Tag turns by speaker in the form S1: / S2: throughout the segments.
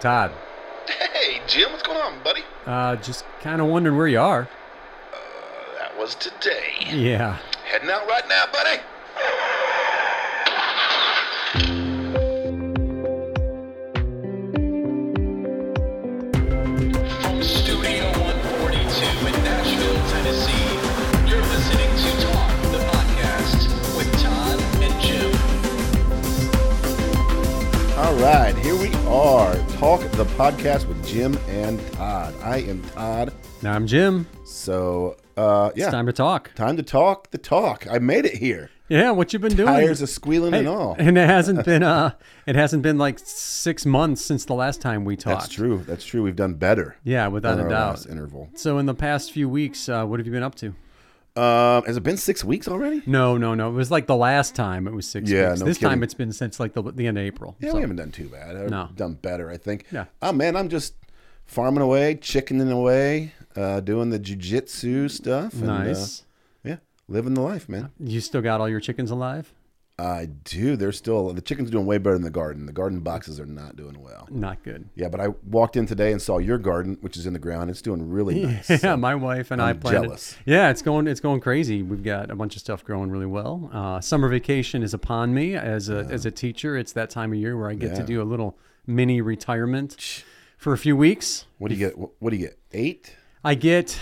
S1: Todd.
S2: Hey, Jim, what's going on, buddy?
S1: Uh, just kind of wondering where you are.
S2: Uh, that was today.
S1: Yeah.
S2: Heading out right now, buddy. From Studio 142 in Nashville, Tennessee, you're listening to Talk the Podcast with Todd and Jim.
S3: All right, here we are. Talk the podcast with Jim and Todd. I am Todd.
S1: Now I'm Jim.
S3: So, uh, yeah,
S1: It's time to talk.
S3: Time to talk the talk. I made it here.
S1: Yeah, what you been doing?
S3: Tires a squealing
S1: Hey,
S3: and all.
S1: and it hasn't been uh, it hasn't been like six months since the last time we talked.
S3: That's true. That's true. We've done better.
S1: Yeah, without
S3: than
S1: a
S3: our
S1: doubt.
S3: last interval.
S1: So in the past few weeks, uh, what have you been up to?
S3: Um, has it been six weeks already?
S1: No, no, no. It was like the last time it was six
S3: Yeah,
S1: weeks.
S3: no
S1: this time
S3: kidding.
S1: it's been since like the, the end of April.
S3: Yeah,
S1: So-
S3: we haven't done too bad. I've
S1: No.
S3: done better, I think.
S1: Yeah.
S3: Oh man, I'm just farming away, chickening away, uh, doing the jujitsu stuff. And, uh,
S1: nice.
S3: yeah, living the life, man.
S1: you still got all your chickens alive?
S3: I do. They're still the chickens doing way better than the garden. The garden boxes are not doing well.
S1: Not good.
S3: Yeah, but I walked in today and saw your garden, which is in the ground. It's doing really nice.
S1: Yeah,
S3: So,
S1: my wife and i
S3: I'm
S1: planted.
S3: jealous.
S1: Yeah, it's going it's going crazy. We've got a bunch of stuff growing really well. Uh, summer vacation is upon me as a as a teacher. It's that time of year where I get to
S3: Yeah.
S1: do a little mini retirement for a few weeks.
S3: what do you get? What, what do you get? Eight?
S1: I get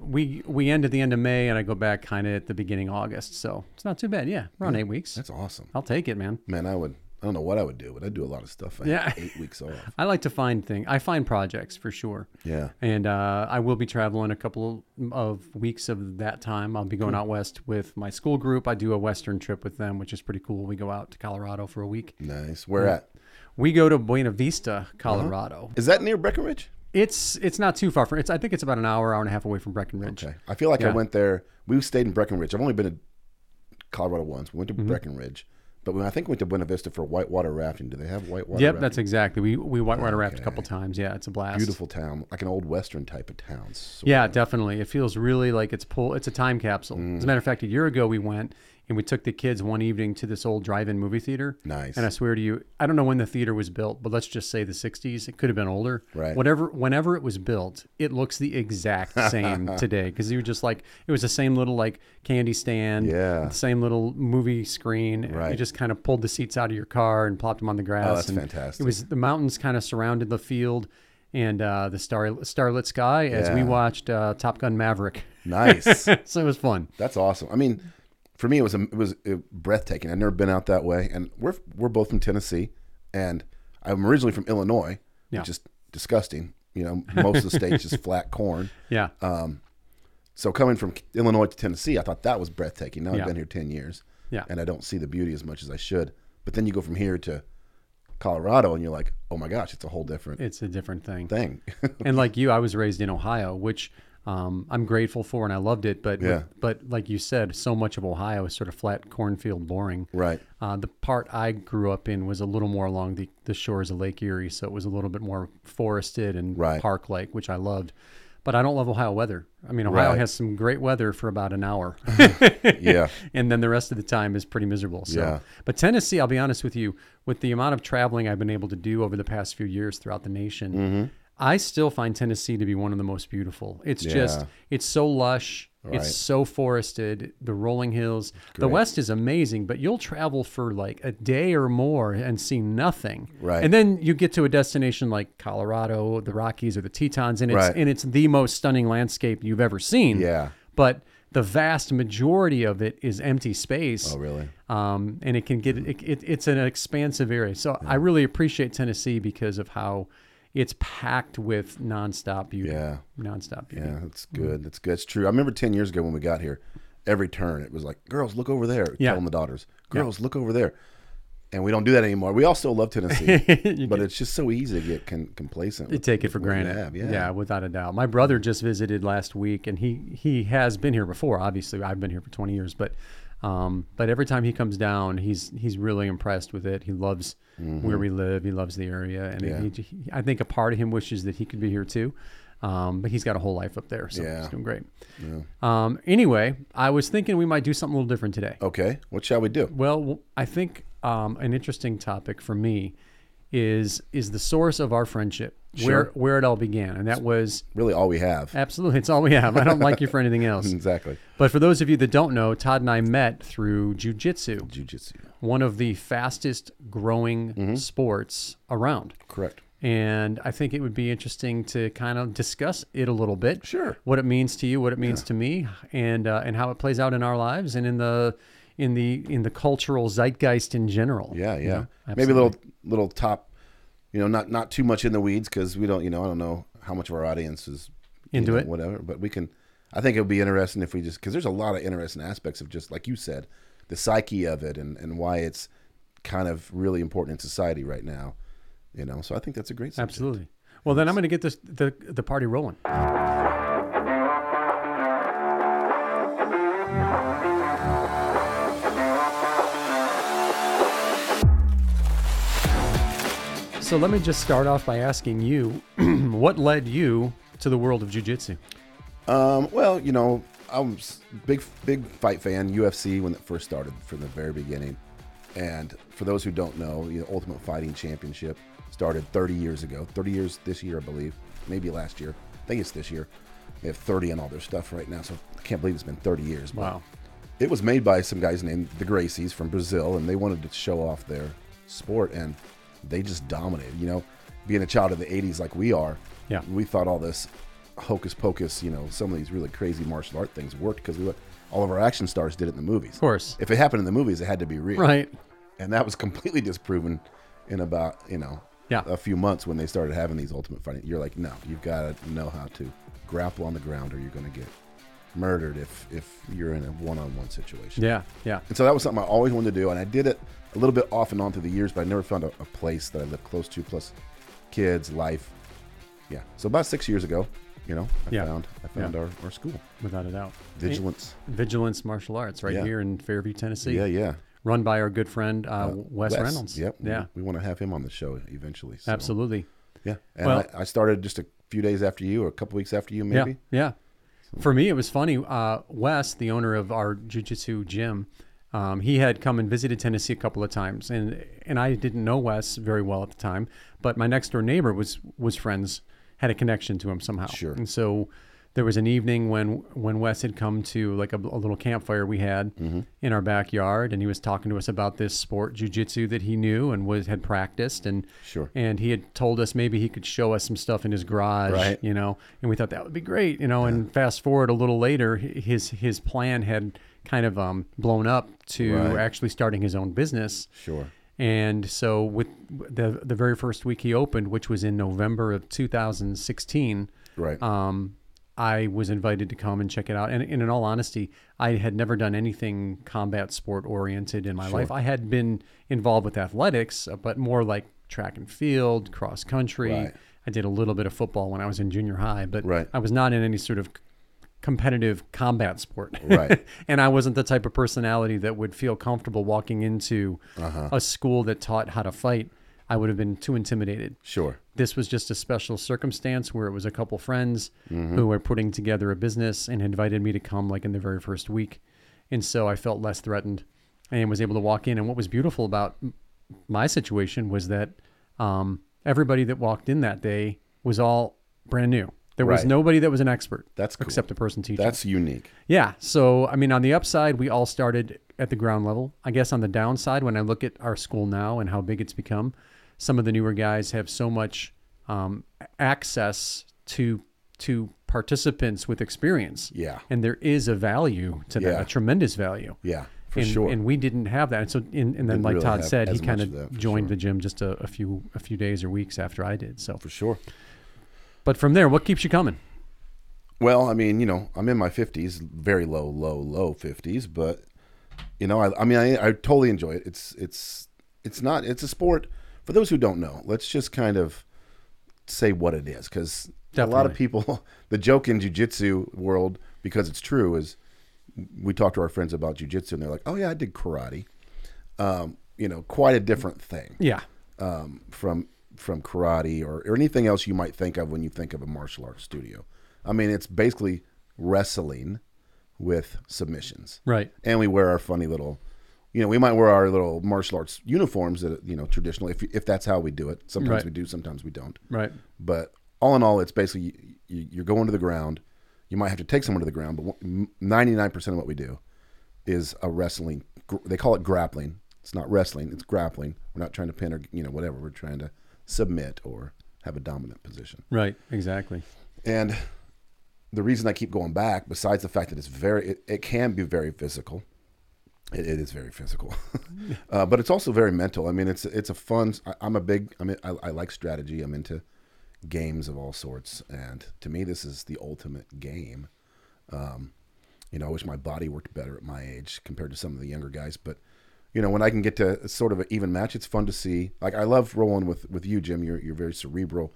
S1: we we end at the end of May and I go back kind of at the beginning of August. So it's not too bad. Yeah, around eight weeks.
S3: That's awesome,
S1: I'll take it, man.
S3: man. I would. I don't know what I would do, but I'd do a lot of stuff. I
S1: Yeah.
S3: eight weeks off.
S1: I like to find things. I find projects for sure.
S3: Yeah.
S1: And uh, I will be traveling a couple of weeks of that time. I'll be going
S3: Hmm.
S1: out west with my school group. I do a western trip with them, which is pretty cool. We go out to Colorado for a week.
S3: Nice. Where at?
S1: We go to Buena Vista, Colorado.
S3: Is that near Breckenridge?
S1: It's it's not too far from. It's I think it's about an hour, hour and a half away from Breckenridge.
S3: Okay. I feel like
S1: Yeah.
S3: I went there. We stayed in Breckenridge. I've only been to Colorado once. We went to
S1: Mm-hmm.
S3: Breckenridge, but when I think we went to Buena Vista for whitewater rafting. Do they have whitewater?
S1: Yep,
S3: rafting?
S1: that's exactly. We we whitewater wrapped a couple times. Yeah, it's a blast.
S3: beautiful town, like an old western type of town. So
S1: Yeah, definitely. It feels really like it's pull. It's a time capsule.
S3: Mm.
S1: As a matter of fact, a year ago we went and we took the kids one evening to this old drive-in movie theater.
S3: Nice.
S1: And I swear to you, I don't know when the theater was built, but let's just say the '60s. It could have been older.
S3: Right.
S1: Whatever. Whenever it was built, it looks the exact same today because you were just like it was the same little like candy stand.
S3: Yeah.
S1: The same little movie screen. You
S3: Right.
S1: just kind of pulled the seats out of your car and plopped them on the grass.
S3: that's
S1: and It
S3: fantastic.
S1: was the mountains kind of surrounded the field. And uh, the star starlit sky as we
S3: Yeah.
S1: watched uh, Top Gun Maverick.
S3: nice.
S1: so it was fun.
S3: That's awesome. I mean, for me, it was it was uh breathtaking. I'd never been out that way, and we're we're both from Tennessee, and I'm originally from Illinois,
S1: Yeah.
S3: which is disgusting. You know, most of the state's just flat corn.
S1: Yeah.
S3: Uh, So coming from Illinois to Tennessee, I thought that was breathtaking. Now
S1: Yeah.
S3: I've been here ten years,
S1: Yeah.
S3: and I don't see the beauty as much as I should. But then you go from here to Colorado, and you're like, oh my gosh, it's a whole different
S1: it's a different thing.
S3: thing.
S1: and like you, I was raised in Ohio, which um, I'm grateful for and I loved it. But
S3: Yeah.
S1: but like you said, so much of Ohio is sort of flat cornfield boring.
S3: Right.
S1: Uh, the part I grew up in was a little more along the, the shores of Lake Erie, so it was a little bit more forested and
S3: Right.
S1: park like, which I loved. But I don't love Ohio weather. I mean, Ohio
S3: Right.
S1: has some great weather for about an hour.
S3: yeah.
S1: and then the rest of the time is pretty miserable. So,
S3: Yeah.
S1: but Tennessee, I'll be honest with you, with the amount of traveling I've been able to do over the past few years throughout the nation,
S3: Mm-hmm.
S1: I still find Tennessee to be one of the most beautiful. It's just,
S3: Yeah.
S1: it's so lush.
S3: Right.
S1: It's so forested, the rolling hills. The
S3: Great.
S1: West is amazing, but you'll travel for like a day or more and see nothing.
S3: Right.
S1: And then you get to a destination like Colorado, the Rockies, or the Tetons, and it's
S3: Right.
S1: and it's the most stunning landscape you've ever seen
S3: Yeah.
S1: but the vast majority of it is empty space.
S3: Oh really?
S1: Um, and it can get it, it, it's an expansive area. So I really appreciate Tennessee because of how it's packed with nonstop beauty.
S3: Yeah.
S1: Nonstop beauty.
S3: Yeah, that's
S1: Mm-hmm.
S3: good. That's good. It's true. I remember 10 years ago when we got here, every turn it was like, girls, look over there.
S1: Yeah.
S3: Telling the daughters, girls, look over there. And we don't do that anymore. We also love Tennessee, but it's just so easy to get con- complacent.
S1: You
S3: with
S1: take it for
S3: what we
S1: granted.
S3: have,
S1: yeah.
S3: Yeah.
S1: without a doubt. My brother just visited last week, and he he has been here before. Obviously, I've been here for twenty years, but um, but every time he comes down, he's he's really impressed with it. He loves where we live. He loves the area, and
S3: Mm-hmm. Yeah.
S1: he, he- I think a part of him wishes that he could be here too. Um, but he's got a whole life up there, so he's
S3: Yeah.
S1: doing great. Um, anyway, I was thinking we might do something a little different today.
S3: Okay. What shall we do?
S1: Well, w- I think um, an interesting topic for me is is the source of our friendship, where where it all began, and that was
S3: Really, all we have.
S1: absolutely it's all we have. I don't like you for anything else.
S3: Exactly.
S1: But for those of you that don't know, Todd and I met through jujitsu,
S3: Jiu-jitsu.
S1: one of the fastest growing sports around.
S3: Correct.
S1: And I think it would be interesting to kind of discuss it a little bit.
S3: Sure.
S1: What it means to you, what it means to me, and uh, and how it plays out in our lives and in the in the in the cultural zeitgeist in general.
S3: Yeah,
S1: you
S3: yeah.
S1: know?
S3: Maybe a little little top, you know, not not too much in the weeds because we don't, you know, I don't know how much of our audience is you
S1: Into
S3: know,
S1: it.
S3: whatever. But we can. I think it would be interesting if we just because there's a lot of interesting aspects of just like you said, the psyche of it and and why it's kind of really important in society right now. You know, so I think that's a great. subject.
S1: Absolutely. Well, then I'm going to get this the the party rolling. So let me just start off by asking you, what led you to the world of jujitsu?
S3: Um, well, you know, I'm s- big big fight fan UFC when it first started from the very beginning. And for those who don't know, the Ultimate Fighting Championship started 30 years ago. 30 years this year, I believe, maybe last year. I think it's this year. They have 30 on all their stuff right now, so I can't believe it's been 30 years. But
S1: Wow.
S3: it was made by some guys named the Gracies from Brazil, and they wanted to show off their sport, and they just dominated. You know, being a child of the '80s like we are,
S1: Yeah.
S3: we thought all this hocus pocus, you know, some of these really crazy martial art things worked because we all of our action stars did it in the movies. Of
S1: course.
S3: if it happened in the movies, it had to be real,
S1: Right.
S3: And that was completely disproven in about you know
S1: Yeah.
S3: a few months when they started having these ultimate fighting. You're like, no, you've got to know how to grapple on the ground, or you're going to get murdered if if you're in a one-on-one situation.
S1: Yeah. Yeah.
S3: And so that was something I always wanted to do. And I did it a little bit off and on through the years, but I never found a, a place that I lived close to, plus kids, life. Yeah. So about six years ago, you know, I
S1: Yeah.
S3: found I found
S1: Yeah.
S3: our, our school.
S1: Without a doubt.
S3: Vigilance.
S1: Vigilance Martial Arts, right
S3: Yeah.
S1: here in Fairview, Tennessee.
S3: yeah, yeah.
S1: Run by our good friend uh, Wes,
S3: Wes.
S1: Reynolds.
S3: Yep. We-
S1: Yeah.
S3: We, want to have him on the show eventually. so-
S1: Absolutely.
S3: Yeah. And
S1: Well-
S3: I, I started just a few days after you or a couple weeks after you, maybe.
S1: Yeah, yeah. For me, it was funny. Uh, Wes, the owner of our jujitsu gym, um, he had come and visited Tennessee a couple of times, and and I didn't know Wes very well at the time, but my next door neighbor was was friends, had a connection to him somehow.
S3: Sure.
S1: And so there was an evening when when Wes had come to like a, a little campfire we had
S3: Mm-hmm.
S1: in our backyard, and he was talking to us about this sport, jujitsu, that he knew and was had practiced, and
S3: Sure.
S1: and he had told us maybe he could show us some stuff in his garage,
S3: Right.
S1: you know, and we thought that would be great, you know. And fast forward a little later, hi- his his plan had kind of um, blown up to
S3: Right.
S1: actually starting his own business.
S3: Sure.
S1: And so with the the very first week he opened, which was in November of 2016,
S3: Right.
S1: um, I was invited to come and check it out. And, and in all honesty, I had never done anything combat sport oriented in my life. I had been involved with athletics, uh, but more like track and field, cross country.
S3: Right.
S1: I did a little bit of football when I was in junior high, but
S3: Right.
S1: I was not in any sort of c- competitive combat sport.
S3: Right.
S1: and I wasn't the type of personality that would feel comfortable walking into
S3: Uh-huh.
S1: a school that taught how to fight. I would have been too intimidated
S3: sure.
S1: this was just a special circumstance where it was a couple friends
S3: Mm-hmm.
S1: who were putting together a business and invited me to come like in the very first week and so i felt less threatened and was able to walk in and what was beautiful about m- my situation was that um, everybody that walked in that day was all brand new there was
S3: Right.
S1: nobody that was an expert
S3: That's cool.
S1: except the person teaching
S3: That's unique.
S1: yeah. So, I mean, on the upside, we all started at the ground level. I guess on the downside, when I look at our school now and how big it's become, some of the newer guys have so much um, access to to participants with experience.
S3: Yeah.
S1: And there is a value to that,
S3: Yeah.
S1: a tremendous value.
S3: Yeah. For
S1: and,
S3: sure.
S1: And we didn't have that. And so, and, and then, like
S3: really
S1: Todd
S3: have
S1: said, he
S3: as much
S1: kind
S3: of that,
S1: of
S3: for
S1: joined
S3: sure.
S1: the gym just a, a few a few days or weeks after I did. So,
S3: for sure.
S1: but from there, what keeps you coming?
S3: Well, I mean, you know, I'm in my 50s, very low, low, low 50s, but you know, I, I mean, I, I totally enjoy it. It's it's it's not it's a sport for those who don't know. Let's just kind of say what it is cuz a lot of
S1: Definitely.
S3: people the joke in jiu-jitsu world because it's true is we talk to our friends about jiu-jitsu and they're like, "Oh yeah, I did karate." Um, you know, quite a different thing
S1: Yeah.
S3: um, from from karate or, or anything else you might think of when you think of a martial arts studio. I mean, it's basically wrestling with submissions,
S1: Right.
S3: and we wear our funny little you know, we might wear our little martial arts uniforms that you know traditional. If if that's how we do it, sometimes
S1: Right.
S3: we do, sometimes we don't.
S1: Right.
S3: But all in all, it's basically you, you, you're going to the ground. You might have to take someone to the ground, but ninety nine percent of what we do is a wrestling. gr- They call it grappling. It's not wrestling. It's grappling. We're not trying to pin or you know whatever. We're trying to submit or have a dominant position.
S1: Right. Exactly.
S3: And the reason I keep going back, besides the fact that it's very, it, it can be very physical. It, it is very physical, uh, but it's also very mental. I mean, it's it's a fun. I, I'm a big. I mean, I, I like strategy. I'm into games of all sorts, and to me, this is the ultimate game. Um, you know, I wish my body worked better at my age compared to some of the younger guys, but you know, when I can get to sort of an even match, it's fun to see. Like I love rolling with with you, Jim. You're you're very cerebral.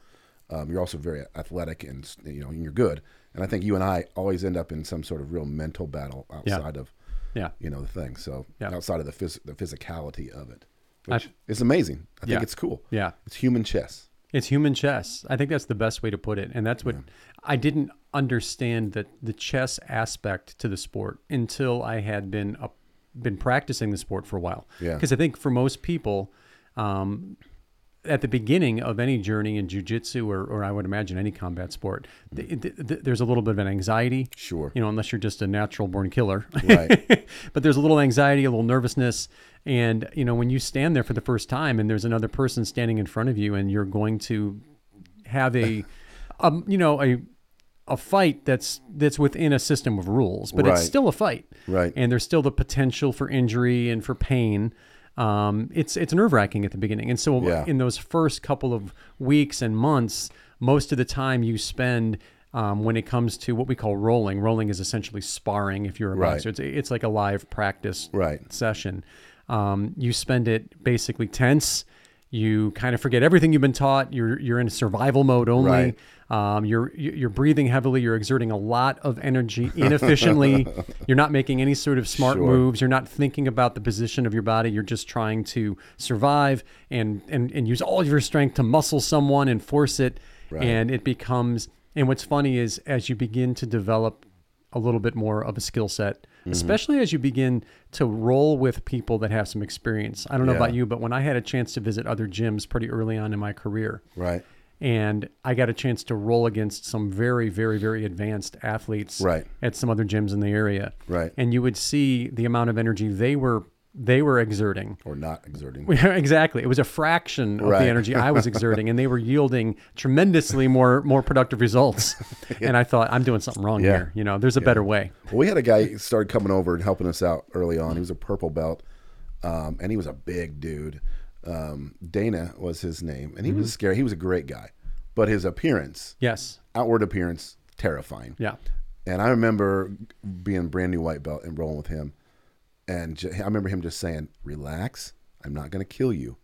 S3: Um, you're also very athletic, and you know, and you're good. And I think you and I always end up in some sort of real mental battle outside of
S1: Yeah.
S3: you know the thing. So
S1: Yeah.
S3: outside of the phys- the physicality of it,
S1: I-
S3: which is amazing. I think
S1: Yeah.
S3: it's cool.
S1: Yeah.
S3: it's human chess.
S1: It's human chess. I think that's the best way to put it. And that's what I didn't understand that the chess aspect to the sport until I had been up, been practicing the sport for a while.
S3: Yeah.
S1: Because I think for most people, um, at the beginning of any journey in jujitsu or, or I would imagine any combat sport, th- th- th- there's a little bit of an anxiety.
S3: Sure.
S1: You know, unless you're just a natural born killer.
S3: Right.
S1: but there's a little anxiety, a little nervousness. And, you know, when you stand there for the first time and there's another person standing in front of you and you're going to have a, um, you know, a, a fight that's that's within a system of rules, but
S3: Right.
S1: it's still a fight,
S3: Right.
S1: And there's still the potential for injury and for pain. Um, it's it's nerve wracking at the beginning, and so
S3: Yeah.
S1: in those first couple of weeks and months, most of the time you spend um, when it comes to what we call rolling. Rolling is essentially sparring if you're a
S3: Right.
S1: boxer. It's, it's like a live practice
S3: Right.
S1: session. Um, you spend it basically tense. You kind of forget everything you've been taught. You're you're in survival mode only. Um, you're you're breathing heavily. You're exerting a lot of energy inefficiently. you're not making any sort of smart
S3: Sure.
S1: moves. You're not thinking about the position of your body. You're just trying to survive and and and use all of your strength to muscle someone and force it.
S3: Right.
S1: And it becomes. And what's funny is as you begin to develop a little bit more of a skill set,
S3: Mm-hmm.
S1: especially as you begin to roll with people that have some experience. I don't know
S3: Yeah.
S1: about you, but when I had a chance to visit other gyms pretty early on in my career,
S3: Right.
S1: and I got a chance to roll against some very, very, very advanced athletes
S3: Right.
S1: at some other gyms in the area,
S3: Right.
S1: And you would see the amount of energy they were they were exerting.
S3: Or not exerting.
S1: exactly, it was a fraction of
S3: Right.
S1: the energy I was exerting, and they were yielding tremendously more more productive results. And I thought, I'm doing something wrong
S3: Yeah.
S1: here. You know, there's a better way.
S3: Well, we had a guy who started coming over and helping us out early on. He was a purple belt, um, and he was a big dude. Um, Dana was his name, and he
S1: Mm-hmm.
S3: was scary. He was a great guy, but his appearance,
S1: Yes.
S3: outward appearance, terrifying.
S1: Yeah.
S3: And I remember being brand new white belt and rolling with him, and j- I remember him just saying, "Relax, I'm not going to kill you,"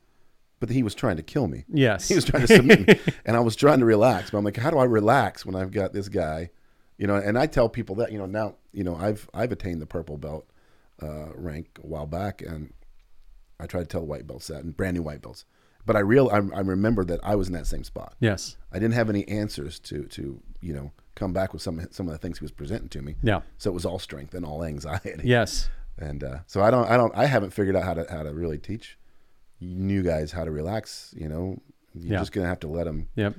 S3: but he was trying to kill me.
S1: Yes.
S3: He was trying to submit me. And I was trying to relax, but I'm like, how do I relax when I've got this guy? You know, and I tell people that, you know, now, you know, I've I've attained the purple belt uh, rank a while back and I try to tell white belts that and brand new white belts. But I real I, I remember that I was in that same spot.
S1: Yes.
S3: I didn't have any answers to to, you know, come back with some some of the things he was presenting to me.
S1: Yeah.
S3: So it was all strength and all anxiety.
S1: Yes.
S3: And uh, so I don't, I don't, I haven't figured out how to how to really teach new guys how to relax. You know, you're
S1: Yeah.
S3: just gonna have to let them.
S1: Yep.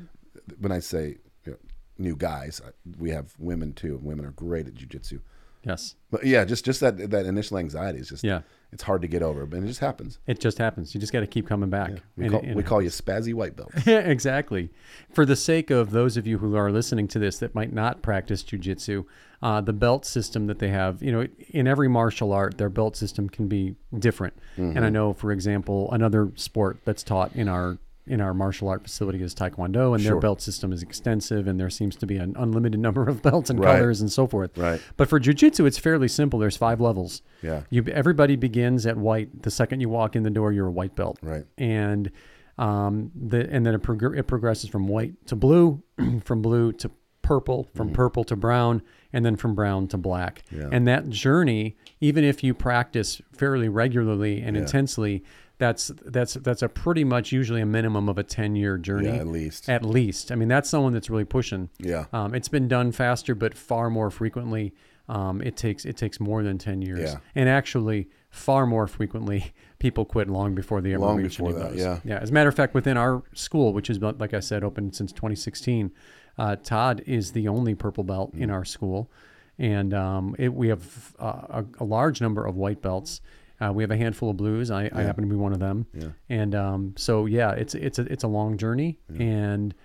S3: When I say you know, new guys, I- we have women too. and Women are great at jujitsu.
S1: Yes.
S3: But yeah, just just that that initial anxiety is just
S1: Yeah.
S3: it's hard to get over, but it just happens.
S1: It just happens. You just got to keep coming back.
S3: We
S1: And-
S3: call,
S1: and-
S3: we call you spazzy white belt.
S1: Yeah, exactly. For the sake of those of you who are listening to this that might not practice jujitsu, uh, the belt system that they have, you know, in every martial art, their belt system can be different. And I
S3: Mm-hmm.
S1: know, for example, another sport that's taught in our in our martial art facility is taekwondo, and
S3: Sure.
S1: their belt system is extensive, and there seems to be an unlimited number of belts and
S3: Right.
S1: colors and so forth.
S3: Right.
S1: But for jujitsu, it's fairly simple. There's five levels.
S3: Yeah.
S1: You everybody begins at white. The second you walk in the door, you're a white belt
S3: Right.
S1: and um, the and then it, prog- it progresses from white to blue, from blue to purple, from
S3: Mm-hmm.
S1: purple to brown, and then from brown to black. And that journey, even if you practice fairly regularly and intensely, that's that's that's a pretty much usually a minimum of a ten year journey.
S3: Yeah, at least.
S1: At least. I mean, that's someone that's really pushing.
S3: Yeah.
S1: Um, it's been done faster, but far more frequently. Um, it takes it takes more than ten years.
S3: Yeah.
S1: And actually, far more frequently, people quit long before they ever
S3: Long
S1: reach
S3: before
S1: any of
S3: that,
S1: those.
S3: yeah.
S1: yeah. As a matter of fact, within our school, which is about- like I said, open since 2016, uh, Todd is the only purple belt in
S3: Mm.
S1: our school, and um, it, we have uh, a, a large number of white belts. Uh, we have a handful of blues. I, I happen to be one of them. Yeah. And um, so yeah, it's it's a, it's a long journey and.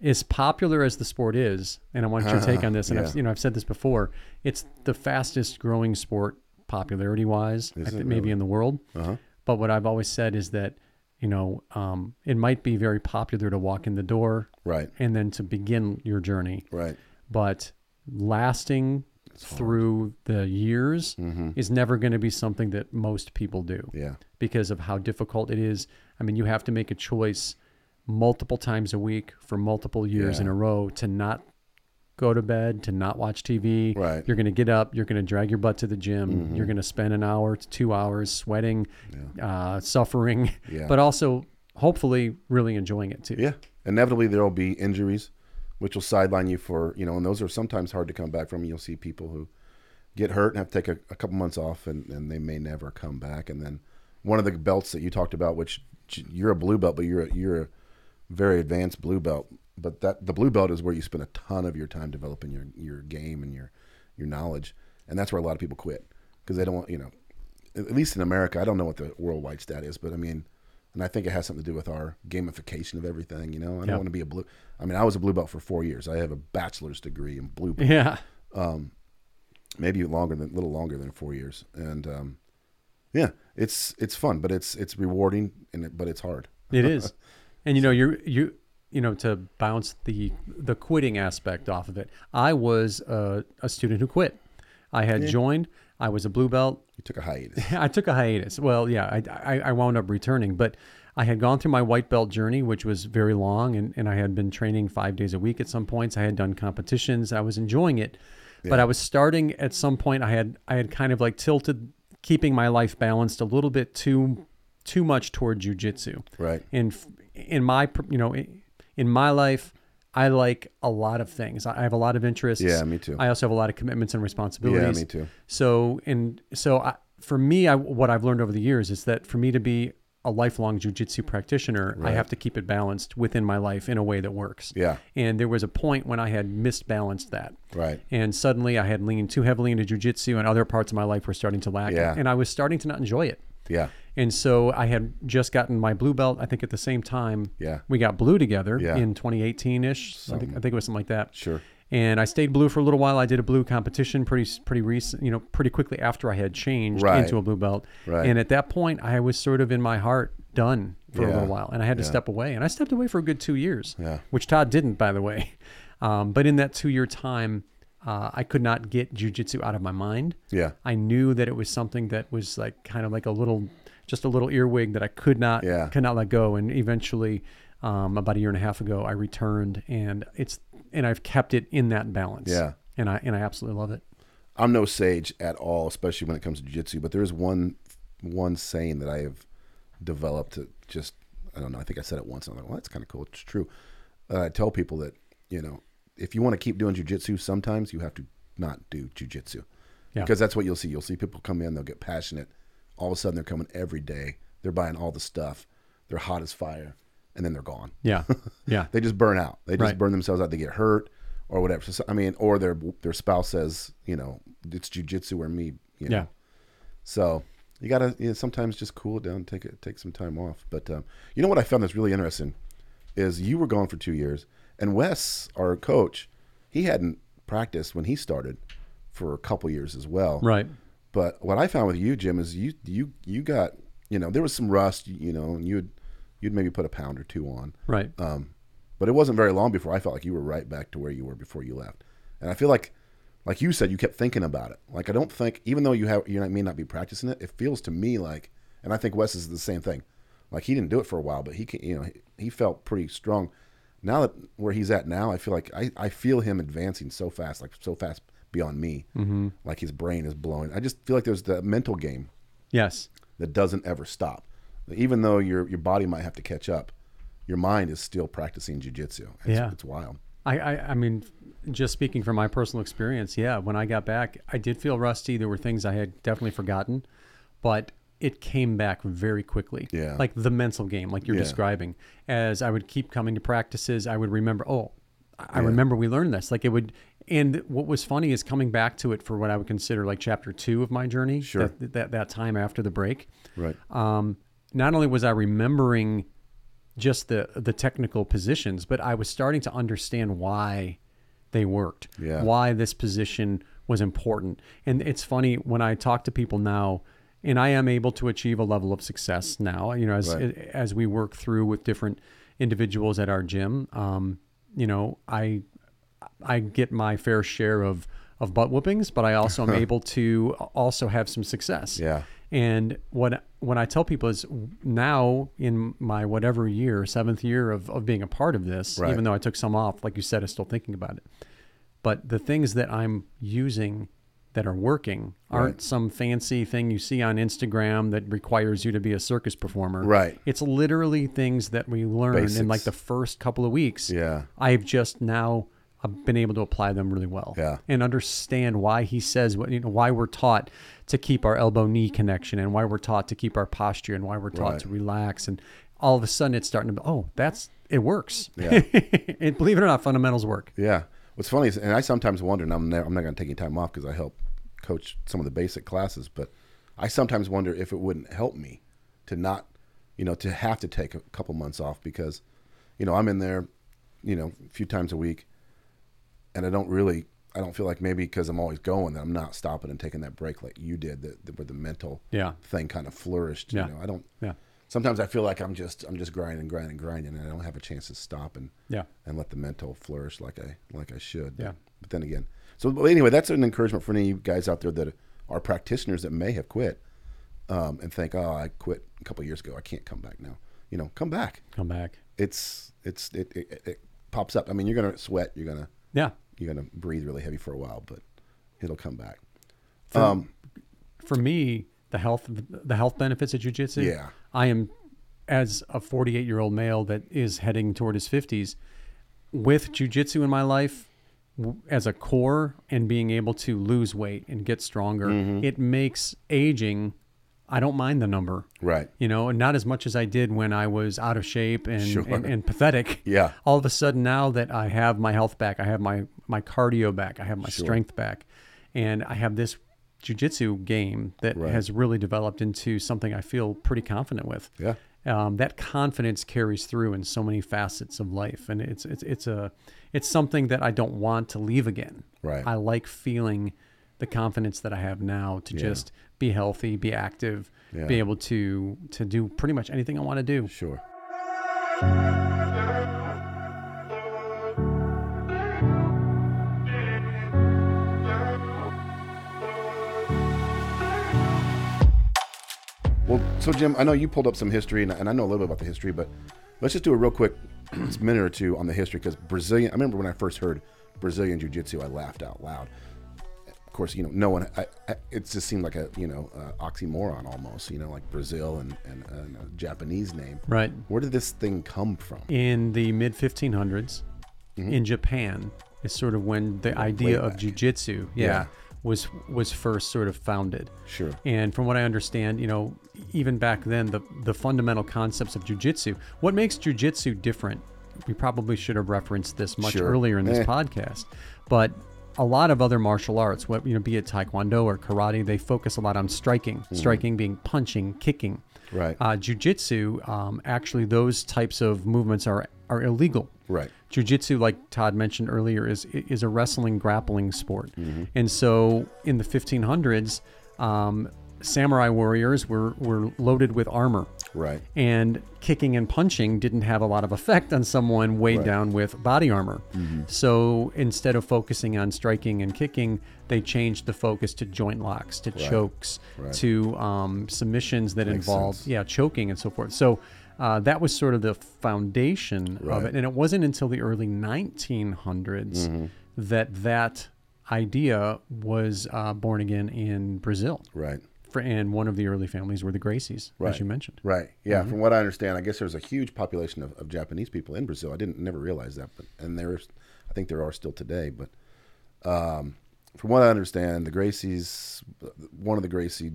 S1: As popular as the sport is, and I want your take on this, and
S3: Yeah.
S1: I've, you know I've said this before, it's the fastest growing sport popularity wise, I think maybe in the world. But what I've always said is that, you know, um, it might be very popular to walk in the door
S3: Right.
S1: and then to begin your journey,
S3: Right.
S1: but lasting through the years is never going to be something that most people do
S3: Yeah.
S1: because of how difficult it is. I mean, you have to make a choice multiple times a week for multiple years
S3: Yeah.
S1: in a row to not go to bed, to not watch TV.
S3: Right. Mm-hmm.
S1: You're going to get up, you're going to drag your butt to the gym, you're going to spend an hour to 2 hours sweating, uh, suffering,
S3: Yeah.
S1: but also hopefully really enjoying it too.
S3: Yeah. Inevitably, there will be injuries, which will sideline you for, you know, and those are sometimes hard to come back from. You'll see people who get hurt and have to take a, a couple months off and, and they may never come back. And then one of the belts that you talked about, which j- you're a blue belt, but you're a, you're a very advanced blue belt. But that the blue belt is where you spend a ton of your time developing your, your game and your, your knowledge. And that's where a lot of people quit because they don't want, you know, at at least in America, I don't know what the worldwide stat is, but I mean, and I think it has something to do with our gamification of everything. You know, I don't
S1: Yeah.
S3: want to be a blue. I mean, I was a blue belt for four years. I have a bachelor's degree in blue belt,
S1: Yeah.
S3: maybe longer than a little longer than four years. And um, yeah, it's it's fun, but it's it's rewarding, and it, but it's hard.
S1: It is, and you know you're you you know to bounce the the quitting aspect off of it. I was a, a student who quit. I had joined. I was a blue belt.
S3: You took a hiatus.
S1: I took a hiatus. Well, yeah, I, I, I wound up returning, but I had gone through my white belt journey, which was very long, and, and I had been training five days a week at some points. I had done competitions. I was enjoying it, but I was starting at some point. I had I had kind of like tilted, keeping my life balanced a little bit too too much toward jujitsu.
S3: Right.
S1: In f- in my pr- you know in, in my life. I like a lot of things. I I have a lot of interests.
S3: Yeah, me too.
S1: I also have a lot of commitments and responsibilities.
S3: me too.
S1: So and so I, for me, I, what I've learned over the years is that for me to be a lifelong jujitsu practitioner, I have to keep it balanced within my life in a way that works.
S3: Yeah.
S1: And there was a point when I had misbalanced that.
S3: Right.
S1: And suddenly I had leaned too heavily into jujitsu, and other parts of my life were starting to lack. it,
S3: Yeah.
S1: And I was starting to not enjoy it.
S3: Yeah.
S1: And so I had just gotten my blue belt. I think at the same time,
S3: Yeah.
S1: we got blue together
S3: Yeah.
S1: in 2018 ish. I think, I think it was something like that.
S3: Sure.
S1: And I stayed blue for a little while. I did a blue competition pretty pretty recent, you know, pretty quickly after I had changed
S3: Right.
S1: into a blue belt.
S3: Right.
S1: And at that point, I was sort of in my heart done for a
S3: Yeah.
S1: little while, and I had to step away. And I stepped away for a good two years,
S3: Yeah.
S1: which Todd didn't, by the way. Um, but in that two year time, uh, I could not get jujitsu out of my mind.
S3: Yeah.
S1: I knew that it was something that was like kind of like a little, just a little earwig that I could not,
S3: Yeah.
S1: could not let go. And eventually, um, about a year and a half ago, I returned, and it's and I've kept it in that balance.
S3: Yeah.
S1: and I and I absolutely love it.
S3: I'm no sage at all, especially when it comes to jiu-jitsu, but there is one one saying that I have developed to just I don't know, I think I said it once and I'm like, well, that's kind of cool. It's true. Uh, I tell people that, you know, if you want to keep doing jiu-jitsu, sometimes you have to not do jiu-jitsu.
S1: Yeah.
S3: Because that's what you'll see. You'll see people come in, they'll get passionate. All of a sudden they're coming every day. They're buying all the stuff. They're hot as fire and then they're gone
S1: Yeah, yeah,
S3: they just burn out. They just
S1: Right.
S3: burn themselves out. They get hurt or whatever. So, so- I mean, or their their spouse says, you know, it's jujitsu or me. You know?
S1: yeah.
S3: So you gotta you know, sometimes just cool it down, take it, take some time off. But um, you know what I found that's really interesting is you were gone for two years, and Wes, our coach, he hadn't practiced when he started for a couple years as well.
S1: Right.
S3: But what I found with you, Jim, is you you you got you know there was some rust, you know, and you'd you'd maybe put a pound or two on.
S1: Right.
S3: Um, but it wasn't very long before I felt like you were right back to where you were before you left. And I feel like, like you said, you kept thinking about it. Like I don't think, even though you have, you may not be practicing it, it feels to me like, and I think Wes is the same thing. Like he didn't do it for a while, but he, can, you know, he, he felt pretty strong. Now that where he's at now, I feel like I, I feel him advancing so fast, like so fast beyond me. Mm-hmm. Like his brain is blowing. I just feel like there's the mental game
S1: yes.
S3: that doesn't ever stop. Even though your your body might have to catch up, your mind is still practicing jujitsu. It's,
S1: Yeah.
S3: it's wild.
S1: I, I, I mean, just speaking from my personal experience, yeah, when I got back, I did feel rusty. There were things I had definitely forgotten, but it came back very quickly.
S3: Yeah.
S1: Like the mental game, like you're
S3: Yeah.
S1: describing. As I would keep coming to practices, I would remember, oh, I I remember we learned this. Like it would, and what was funny is coming back to it for what I would consider like chapter two of my journey.
S3: Sure.
S1: That, that, that time after the break
S3: Right.
S1: um, not only was I remembering just the the technical positions, but I was starting to understand why they worked,
S3: Yeah.
S1: why this position was important. And it's funny when I talk to people now, and I am able to achieve a level of success now. You know, as
S3: Right.
S1: as we work through with different individuals at our gym, um, you know, I I get my fair share of of butt whoopings, but I also am able to also have some success.
S3: Yeah.
S1: And what what I tell people is now in my whatever year, seventh year of, of being a part of this,
S3: Right.
S1: even though I took some off, like you said, I'm still thinking about it. But the things that I'm using that are working aren't
S3: Right.
S1: some fancy thing you see on Instagram that requires you to be a circus performer.
S3: Right.
S1: It's literally things that we learn in like
S3: Basics.
S1: the first couple of weeks.
S3: Yeah.
S1: I've just now I've been able to apply them really well
S3: Yeah.
S1: and understand why he says what you know why we're taught to keep our elbow knee connection and why we're taught to keep our posture and why we're taught
S3: Right.
S1: to relax and all of a sudden it's starting to be, oh that's it works
S3: Yeah.
S1: and believe it or not fundamentals work
S3: Yeah. What's funny is, and I sometimes wonder, and I'm, never, I'm not going to take any time off because I help coach some of the basic classes, but I sometimes wonder if it wouldn't help me to not, you know, to have to take a couple months off because, you know, I'm in there, you know, a few times a week, and I don't really, I don't feel like maybe because I'm always going that I'm not stopping and taking that break like you did, that, that where the mental
S1: Yeah.
S3: thing kind of flourished.
S1: Yeah.
S3: You know, I don't.
S1: Yeah.
S3: Sometimes I feel like I'm just I'm just grinding, grinding, grinding, and I don't have a chance to stop and
S1: Yeah.
S3: and let the mental flourish like I like I should.
S1: Yeah.
S3: But then again, so but anyway, that's an encouragement for any of you guys out there that are practitioners that may have quit um, and think, oh, I quit a couple years ago. I can't come back now. You know, come back.
S1: come back
S3: It's it's it, it, it- it pops up. I mean, you're gonna sweat. You're gonna
S1: yeah
S3: you're gonna breathe really heavy for a while, but it'll come back.
S1: for me the health the health benefits of jujitsu
S3: Yeah.
S1: I am as a 48 year old male that is heading toward his 50s with jujitsu in my life w- as a core and being able to lose weight and get stronger, it makes aging. I don't mind the number,
S3: Right.
S1: You know, and not as much as I did when I was out of shape and
S3: Sure.
S1: and, and pathetic.
S3: Yeah.
S1: All of a sudden, now that I have my health back, I have my my cardio back, I have my strength back, and I have this jujitsu game that
S3: Right.
S1: has really developed into something I feel pretty confident with
S3: Yeah.
S1: um, that confidence carries through in so many facets of life, and it's it's it's a it's something that I don't want to leave again.
S3: Right.
S1: I like feeling the confidence that I have now to just be healthy, be active,
S3: Yeah.
S1: be able to to do pretty much anything I want to do.
S3: Sure. Well, so Jim, I know you pulled up some history, and, and I know a little bit about the history, but let's just do a real quick minute or two on the history because Brazilian. I remember when I first heard Brazilian Jiu-Jitsu, I laughed out loud. Of course, you know, no one. I, I, it just seemed like a you know uh, oxymoron almost. You know, like Brazil and, and, and a Japanese name.
S1: Right.
S3: Where did this thing come from?
S1: in the mid 1500s in Japan is sort of when the idea of
S3: Mm-hmm. back.
S1: jujitsu, yeah,
S3: Yeah.
S1: was was first sort of founded.
S3: Sure.
S1: And from what I understand, you know, even back then, the the fundamental concepts of jujitsu. What makes jujitsu different? We probably should have referenced this much
S3: Sure.
S1: earlier in this
S3: Eh.
S1: podcast, but a lot of other martial arts, what you know, be it taekwondo or karate, they focus a lot on striking, striking being punching, kicking.
S3: Mm-hmm. Right.
S1: Uh, jiu-jitsu, um, actually, those types of movements are are illegal.
S3: Right.
S1: Jiu-jitsu, like Todd mentioned earlier, is is a wrestling grappling sport, and so in the 1500s, um, samurai warriors were were loaded with armor,
S3: Right.
S1: and kicking and punching didn't have a lot of effect on someone weighed
S3: Right. Mm-hmm.
S1: down with body armor. So instead of focusing on striking and kicking, they changed the focus to joint locks, to chokes,
S3: Right.
S1: to um, submissions that involved
S3: sense.
S1: yeah choking and so forth. So uh, that was sort of the foundation of
S3: Right. Mm-hmm.
S1: it, and it wasn't until the early 1900s that that idea was uh, born again in Brazil.
S3: Right.
S1: For, and one of the early families were the Gracies,
S3: Right.
S1: as you mentioned.
S3: Right. Yeah. From what I understand, I guess there's a huge population of, of Japanese people in Brazil. I didn't never realize that, but and there's, I think there are still today. But um, from what I understand, the Gracies, one of the Gracie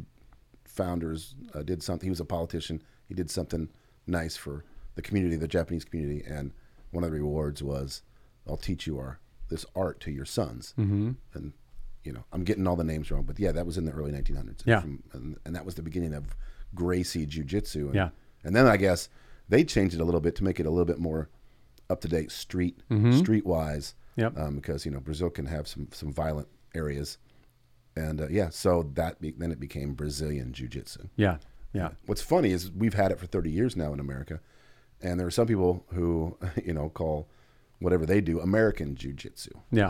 S3: founders uh, did something. He was a politician. He did something nice for the community, the Japanese community, and one of the rewards was, "I'll teach you our this art to your sons." Mm-hmm. And you know, I'm getting all the names wrong, but yeah, that was in the early 1900s.
S1: Yeah.
S3: From- and, and that was the beginning of Gracie Jiu Jitsu.
S1: Yeah.
S3: And then I guess they changed it a little bit to make it a little bit more up to date street streetwise.
S1: Yep.
S3: Um, because you know Brazil can have some some violent areas, and uh, yeah, so that be, then it became Brazilian Jiu Jitsu.
S1: Yeah. Yeah.
S3: What's funny is we've had it for 30 years now in America, and there are some people who you know call whatever they do American Jiu Jitsu.
S1: Yeah.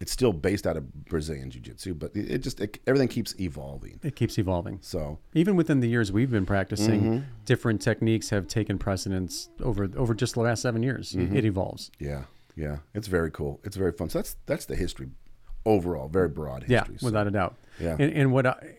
S3: It's still based out of Brazilian Jiu Jitsu, but it, it just it, everything keeps evolving.
S1: it keeps evolving.
S3: So
S1: Even within the years we've been practicing, different techniques have taken precedence over over just the last seven years. It- It evolves.
S3: Yeah, yeah, it's very cool. It's very fun. So that's that's the history overall, very broad
S1: Yeah,
S3: history.
S1: without a doubt.
S3: Yeah.
S1: And, and what I,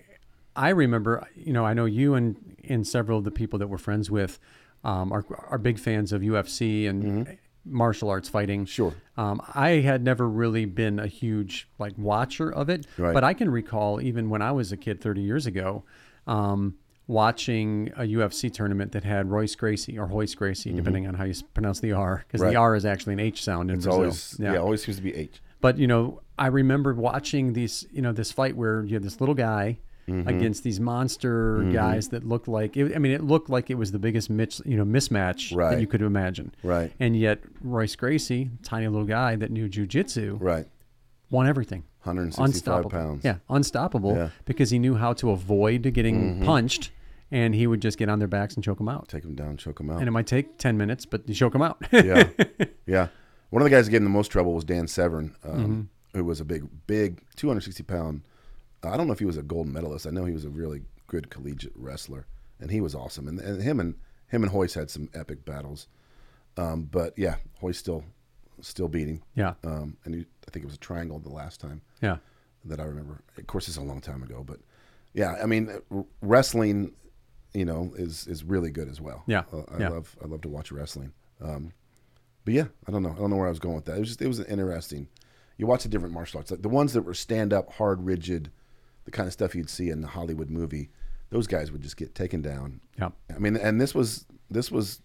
S1: I remember, you know, I know you and, and several of the people that we're friends with um, are, are big fans of UFC and martial arts fighting.
S3: Mm-hmm. Sure.
S1: Um, I had never really been a huge like watcher of it,
S3: Right.
S1: but I can recall even when I was a kid 30 years ago, um, watching a UFC tournament that had Royce Gracie or Hoyce Gracie, depending on how you s- pronounce the R, because
S3: Mm-hmm. Right.
S1: the R is actually an H sound in
S3: it's
S1: Brazil.
S3: always yeah. always seems to be H.
S1: But you know, I remember watching these, you know, this fight where you have this little guy
S3: Mm-hmm.
S1: against these monster guys that looked like, it, I mean, it looked like it was the biggest, mitch, you know, mismatch
S3: Right.
S1: that you could imagine.
S3: Right.
S1: And yet, Royce Gracie, tiny little guy that knew jujitsu,
S3: Right,
S1: won everything.
S3: 165
S1: Unstoppable.
S3: pounds.
S1: Yeah, unstoppable
S3: Yeah. Mm-hmm.
S1: because he knew how to avoid getting punched, and he would just get on their backs and choke them out.
S3: take him down, choke him out.
S1: And it might take ten minutes, but you choke them out.
S3: yeah, yeah. One of the guys that gave him the most trouble was Dan Severn, um,
S1: Mm-hmm.
S3: who was a big, big 260 pound. I don't know if he was a gold medalist. I know he was a really good collegiate wrestler, and he was awesome. And, and him and him and Hoyce had some epic battles. Um, but yeah, Hoyce still still beat him.
S1: yeah,
S3: Um, and he, I think it was a triangle the last time
S1: yeah,
S3: that I remember. Of course, it's a long time ago, but yeah, I mean, r- wrestling, you know, is is really good as well.
S1: Yeah,
S3: Uh, I
S1: yeah.
S3: love I love to watch wrestling. Um, but yeah, I don't know, I don't know where I was going with that. It was just it was interesting. You watch the different martial arts, like the ones that were stand up, hard, rigid, the kind of stuff you'd see in the Hollywood movie. Those guys would just get taken down.
S1: yeah,
S3: I mean, and this was this was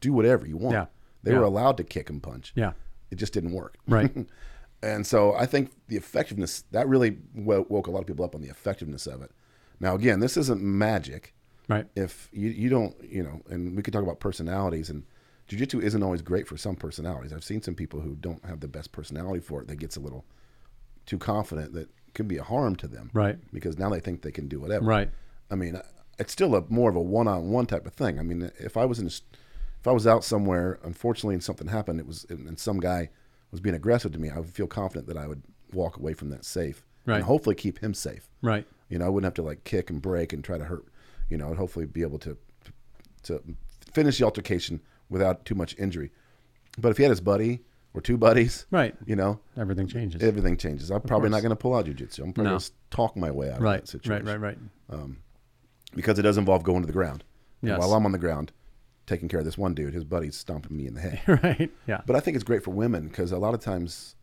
S3: do whatever you want.
S1: Yeah.
S3: They
S1: Yeah.
S3: were allowed to kick and punch.
S1: yeah.
S3: It just didn't work.
S1: Right.
S3: And so I think the effectiveness that really wo- woke a lot of people up on the effectiveness of it. Now again, this isn't magic.
S1: right.
S3: If you you don't you know, and we could talk about personalities and jujitsu isn't always great for some personalities. I've seen some people who don't have the best personality for it that gets a little too confident that could be a harm to them.
S1: Right.
S3: Because now they think they can do whatever.
S1: Right.
S3: I mean, it's still a more of a one-on-one type of thing. I mean, if I was in, a, s- if I was out somewhere, unfortunately, and something happened, it was, and and some guy was being aggressive to me, I would feel confident that I would walk away from that safe,
S1: Right.
S3: and hopefully keep him safe.
S1: Right.
S3: You know, I wouldn't have to like kick and break and try to hurt. You know, I'd hopefully be able to to finish the altercation without too much injury. But if he had his buddy or two buddies,
S1: Right.
S3: You know,
S1: Everything changes.
S3: everything changes. I'm probably not
S1: course.
S3: going to pull out jujitsu. I'm probably
S1: No.
S3: going to talk my way out of
S1: right.
S3: that situation
S1: Right. Right. Right.
S3: because it does involve going to the ground. And
S1: Yes.
S3: while I'm on the ground, taking care of this one dude, his buddy's stomping me in the head.
S1: right. Yeah.
S3: but I think it's great for women because a lot of times,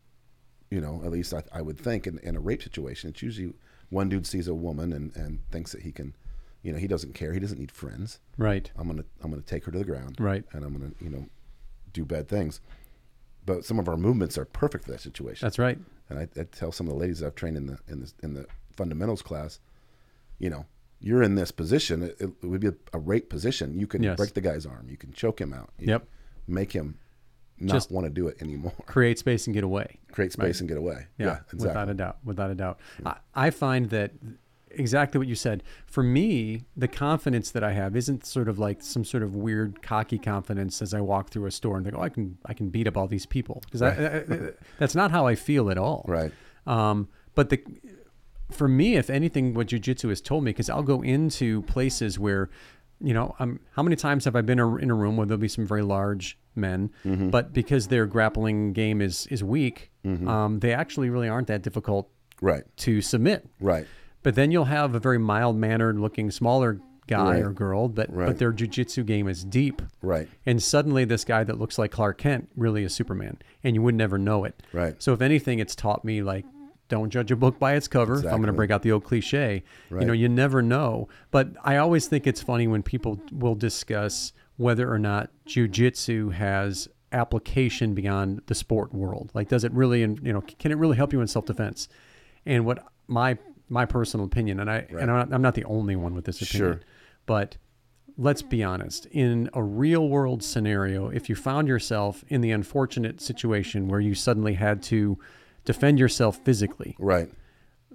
S3: you know, at least I, I would think in, in a rape situation, it's usually one dude sees a woman and, and thinks that he can, you know, he doesn't care. He doesn't need friends.
S1: right.
S3: I'm gonna I'm gonna take her to the ground.
S1: Right.
S3: And I'm gonna you know, do bad things. But some of our movements are perfect for that situation.
S1: That's right.
S3: And I, I tell some of the ladies that I've trained in the in the in the fundamentals class, you know, you're in this position. It, it would be a, a rape position. You can
S1: Yes.
S3: break the guy's arm. You can choke him out. You
S1: Yep.
S3: Make him not
S1: Just-
S3: want to do it anymore.
S1: Create space and get away.
S3: Create space and get away.
S1: Yeah. Without a doubt. Without a doubt. I, I find that exactly what you said. For me, the confidence that I have isn't sort of like some sort of weird cocky confidence as I walk through a store and think, oh, I can I can beat up all these people because that's not how I feel at all.
S3: Right.
S1: Um, but the for me, if anything, what jujitsu has told me, because I'll go into places where, you know, I'm, how many times have I been a- in a room where there'll be some very large men, but because their grappling game is is weak, um, they actually really aren't that difficult
S3: Right.
S1: to submit.
S3: Right.
S1: But then you'll have a very mild mannered looking smaller guy
S3: Right.
S1: or girl, but
S3: Right.
S1: but their jujitsu game is deep.
S3: Right.
S1: And suddenly, this guy that looks like Clark Kent really is Superman, and you would never know it.
S3: Right.
S1: So, if anything, it's taught me like don't judge a book by its cover. If I'm going to
S3: Exactly.
S1: break out the old cliche. You know,
S3: Right.
S1: you never know. But I always think it's funny when people will discuss whether or not jujitsu has application beyond the sport world. Like, does it really, and you know, can it really help you in self defense? And what my my personal opinion, and I and I'm not, I'm not the only one with this opinion,
S3: Sure.
S1: but let's be honest. In a real world scenario, if you found yourself in the unfortunate situation where you suddenly had to defend yourself physically,
S3: Right.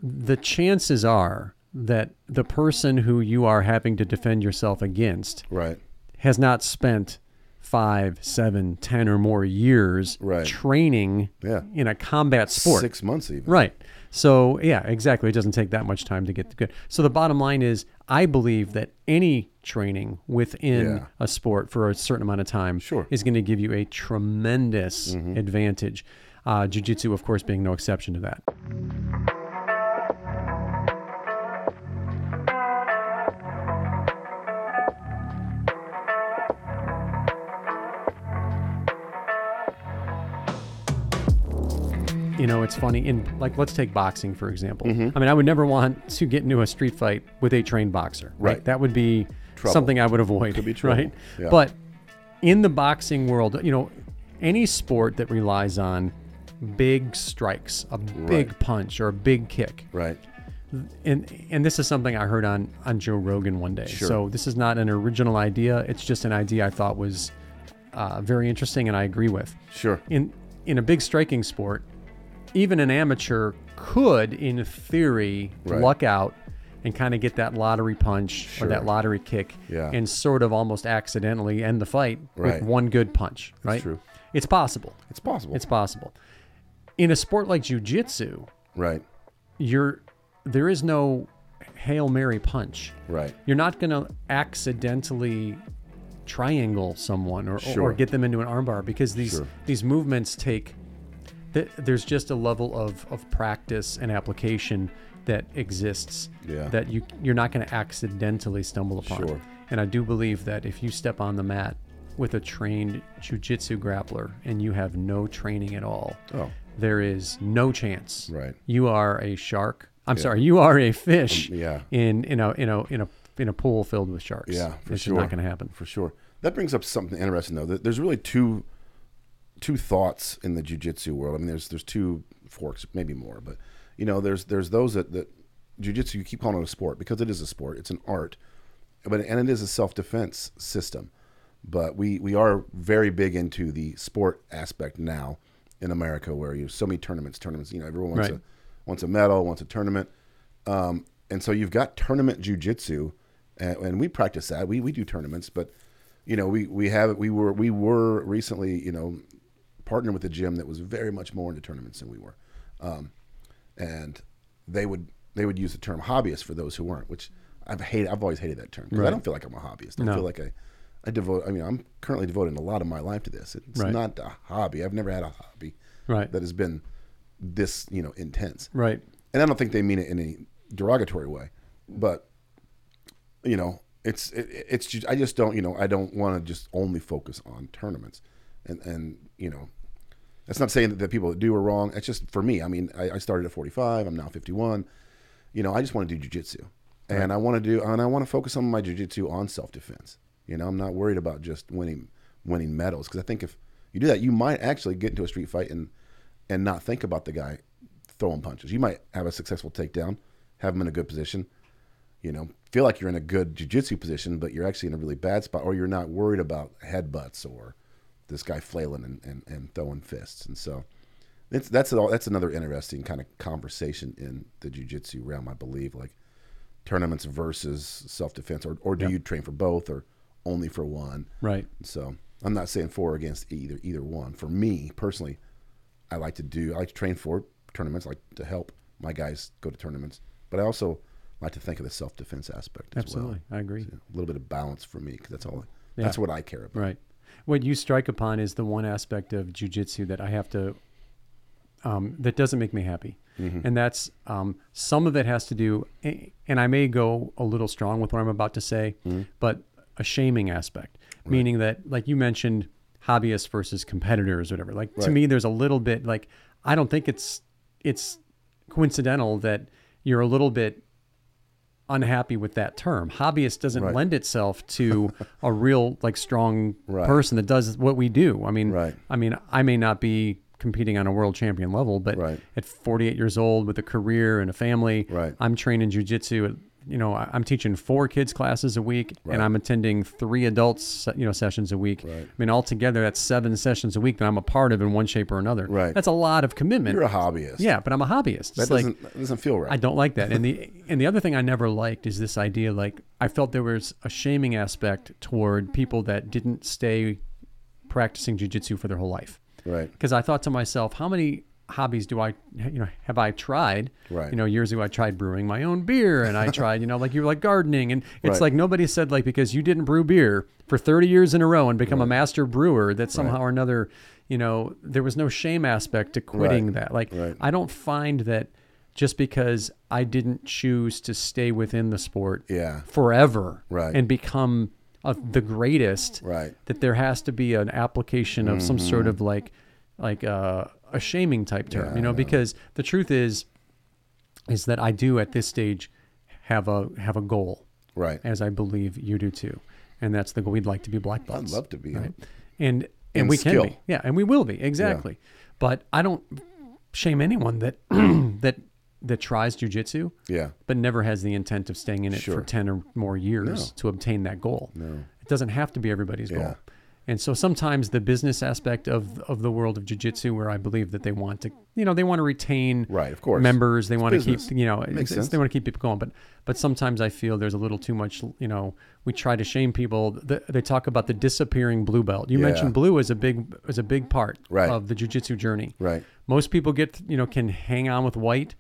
S1: the chances are that the person who you are having to defend yourself against
S3: Right.
S1: has not spent five, seven, ten or more years
S3: Right.
S1: training
S3: Yeah.
S1: in a combat sport.
S3: Six months even.
S1: Right. So yeah, exactly. It doesn't take that much time to get good. So the bottom line is, I believe that any training within
S3: Yeah.
S1: a sport for a certain amount of time
S3: Sure. Mm-hmm.
S1: is going to give you a tremendous advantage. Uh, jiu-jitsu, of course, being no exception to that. You know, it's funny. In like, let's take boxing for example.
S3: Mm-hmm.
S1: I mean, I would never want to get into a street fight with a trained boxer. Like,
S3: Right.
S1: that would be
S3: Trouble.
S1: something I would avoid.
S3: be
S1: right.
S3: trouble. Yeah.
S1: But in the boxing world, you know, any sport that relies on big strikes, a big punch or a big kick,
S3: Right.
S1: and and this is something I heard on on Joe Rogan one day. So this is not an original idea. It's just an idea I thought was uh, very interesting and I agree with.
S3: Sure.
S1: In in a big striking sport, even an amateur could, in theory,
S3: Right.
S1: luck out and kind of get that lottery punch or that lottery kick,
S3: Yeah.
S1: and sort of almost accidentally end the fight
S3: Right.
S1: with one good punch. Right?
S3: true.
S1: It's possible.
S3: It's possible.
S1: It's possible. In a sport like jujitsu,
S3: right.
S1: you're there is no hail mary punch
S3: Right.
S1: you're not going to accidentally triangle someone or, or
S3: Sure.
S1: get them into an armbar because these
S3: Sure.
S1: these movements take th- there's just a level of, of practice and application that exists
S3: Yeah.
S1: that you you're not going to accidentally stumble upon
S3: Sure.
S1: and i do believe that if you step on the mat with a trained jiu-jitsu grappler and you have no training at all
S3: Oh.
S1: there is no chance
S3: Right.
S1: you are a shark. I'm sorry, you are a fish.
S3: yeah.
S1: In in a in a in a in a pool filled with sharks.
S3: Yeah, for
S1: it's
S3: sure.
S1: not going to happen.
S3: For sure. That brings up something interesting though. There- There's really two two thoughts in the jujitsu world. I mean, there's there's two forks, maybe more, but you know, there's there's those that, that jujitsu. You keep calling it a sport because it is a sport. It's an art, but and it is a self defense system. But we we are very big into the sport aspect now in America, where you so many tournaments, tournaments. You know, everyone wants
S1: Right.
S3: a wants a medal, wants a tournament. Um, and so you've got tournament jujitsu, and, and we practice that. We, we do tournaments, but you know we we have we were we were recently you know partnered with a gym that was very much more into tournaments than we were, um, and they would they would use the term hobbyist for those who weren't, which I've hated. I've always hated that term 'cause I don't feel like I'm a hobbyist. I don't
S1: No.
S3: feel like I I devote. I mean, I'm currently devoting a lot of my life to this. It's
S1: Right.
S3: not a hobby. I've never had a hobby
S1: Right.
S3: that has been this you know intense
S1: Right.
S3: and I don't think they mean it in a derogatory way, but you know, it's it, it's just, I just don't you know I don't want to just only focus on tournaments, and and you know, that's not saying that the people that do are wrong. It's just for me. I mean, I, I started at 45. I'm now 51. You know, I just want to do jujitsu, and I want to do and I want to focus on my jujitsu on self defense. You know, I'm not worried about just winning winning medals because I think if you do that, you might actually get into a street fight and and not think about the guy throwing punches. You might have a successful takedown, have him in a good position, you know, feel like you're in a good jujitsu position, but you're actually in a really bad spot, or you're not worried about headbutts or this guy flailing and, and, and throwing fists. And so it's, that's all, that's another interesting kind of conversation in the jujitsu realm, I believe, like tournaments versus self defense, or, or do you train for both or only for one?
S1: Right.
S3: So I'm not saying for or against either either one. For me personally, I like to do I like to train for tournaments. I like to help my guys go to tournaments, but I also like to think of the self defense aspect as
S1: Absolutely. I agree.
S3: well. A little bit of balance for me because that's all
S1: Yeah.
S3: that's what I care about.
S1: Right. What you strike upon is the one aspect of jujitsu that I have to, um, that doesn't make me happy. And that's um, some of it has to do, a- and I may go a little strong with what I'm about to say, but a shaming aspect, meaning that, like you mentioned, hobbyists versus competitors, whatever. Like to
S3: Right.
S1: me, there's a little bit like I don't think it's it's coincidental that you're a little bit unhappy with that term. Hobbyist doesn't
S3: Right.
S1: lend itself to a real like strong
S3: Right.
S1: person that does what we do. I mean,
S3: Right.
S1: I mean, I may not be competing on a world champion level, but
S3: Right.
S1: at 48 years old with a career and a family,
S3: Right.
S1: I'm training jujitsu. at- You know, I- I'm teaching four kids classes a week,
S3: Right.
S1: and I'm attending three adults, you know, sessions a week. I mean, altogether, that's seven sessions a week that I'm a part of in one shape or another.
S3: Right.
S1: That's a lot of commitment.
S3: You're a hobbyist.
S1: yeah, but I'm a hobbyist.
S3: That
S1: It's like,
S3: doesn't that doesn't feel right.
S1: I don't like that. And the and the other thing I never liked is this idea like I felt there was a shaming aspect toward people that didn't stay practicing jujitsu for their whole life.
S3: Right.
S1: Because I thought to myself, how many hobbies do I you know have I tried?
S3: Right.
S1: You know, years ago I tried brewing my own beer and I tried, you know, like you were like gardening and it's
S3: Right.
S1: like nobody said like because you didn't brew beer for 30 years in a row and become a master brewer that somehow or another, you know, there was no shame aspect to quitting
S3: Right.
S1: that. Like
S3: Right.
S1: I don't find that just because I didn't choose to stay within the sport
S3: Yeah.
S1: forever
S3: Right.
S1: and become a, the greatest
S3: Right.
S1: that there has to be an application of some sort
S3: Mm-hmm.
S1: of like like uh, a shaming type term you know because the truth is is that I do at this stage have a have a goal
S3: Right.
S1: as I believe you do too and that's the goal we'd like to be black belts
S3: I'd love to be.
S1: right? and and,
S3: And
S1: we
S3: skill.
S1: can be yeah and we will be exactly but I don't shame anyone that that that tries jujitsu
S3: Yeah.
S1: but never has the intent of staying in it
S3: Sure.
S1: for 10 or more years to obtain that goal. No. It doesn't have to be everybody's
S3: Yeah.
S1: goal. And so sometimes the business aspect of of the world of jiu-jitsu where I believe that they want to you know they want to retain
S3: Right, of course.
S1: members, they want to
S3: business.
S1: keep you know
S3: Makes
S1: it's- it's-
S3: sense.
S1: they want to keep people going but but sometimes I feel there's a little too much you know we try to shame people Th- they talk about the disappearing blue belt. You
S3: Yeah.
S1: mentioned blue is a big is a big part
S3: Right.
S1: of the jiu-jitsu journey.
S3: Right.
S1: Most people get you know can hang on with white,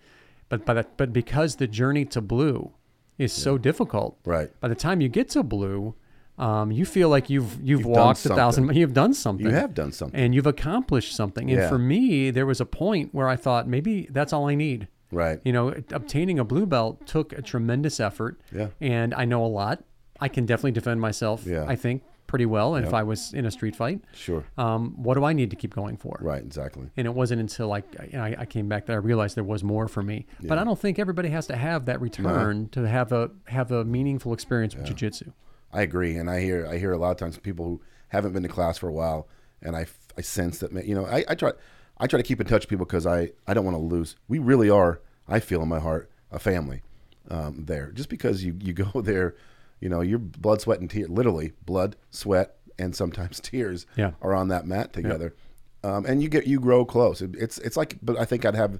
S1: but by the, but because the journey to blue is so difficult,
S3: Right.
S1: By the time you get to blue, um, you feel like you've you've,
S3: done
S1: walked a
S3: something.
S1: thousand. mi- You've done something.
S3: You have done something.
S1: and you've accomplished something. And
S3: Yeah.
S1: for me, there was a point where I thought maybe that's all I need.
S3: Right.
S1: You know, obtaining a blue belt took a tremendous effort.
S3: Yeah.
S1: And I know a lot. I can definitely defend myself.
S3: Yeah.
S1: I think pretty well. And if I was in a street fight,
S3: Sure.
S1: um, what do I need to keep going for?
S3: Right. Exactly.
S1: And it wasn't until I, you know, I, I came back that I realized there was more for me. But I don't think everybody has to have that return to have a have a meaningful experience with jujitsu.
S3: I agree, and I hear I hear a lot of times people who haven't been to class for a while, and I, f- I sense that ma- you know I, I try I try to keep in touch with people because I I don't want to lose. We really are. I feel in my heart a family um, there. Just because you you go there, you know your blood, sweat, and tears literally blood, sweat, and sometimes tears
S1: Yeah.
S3: are on that mat together, um, and you get you grow close. It, it's it's like but I think I'd have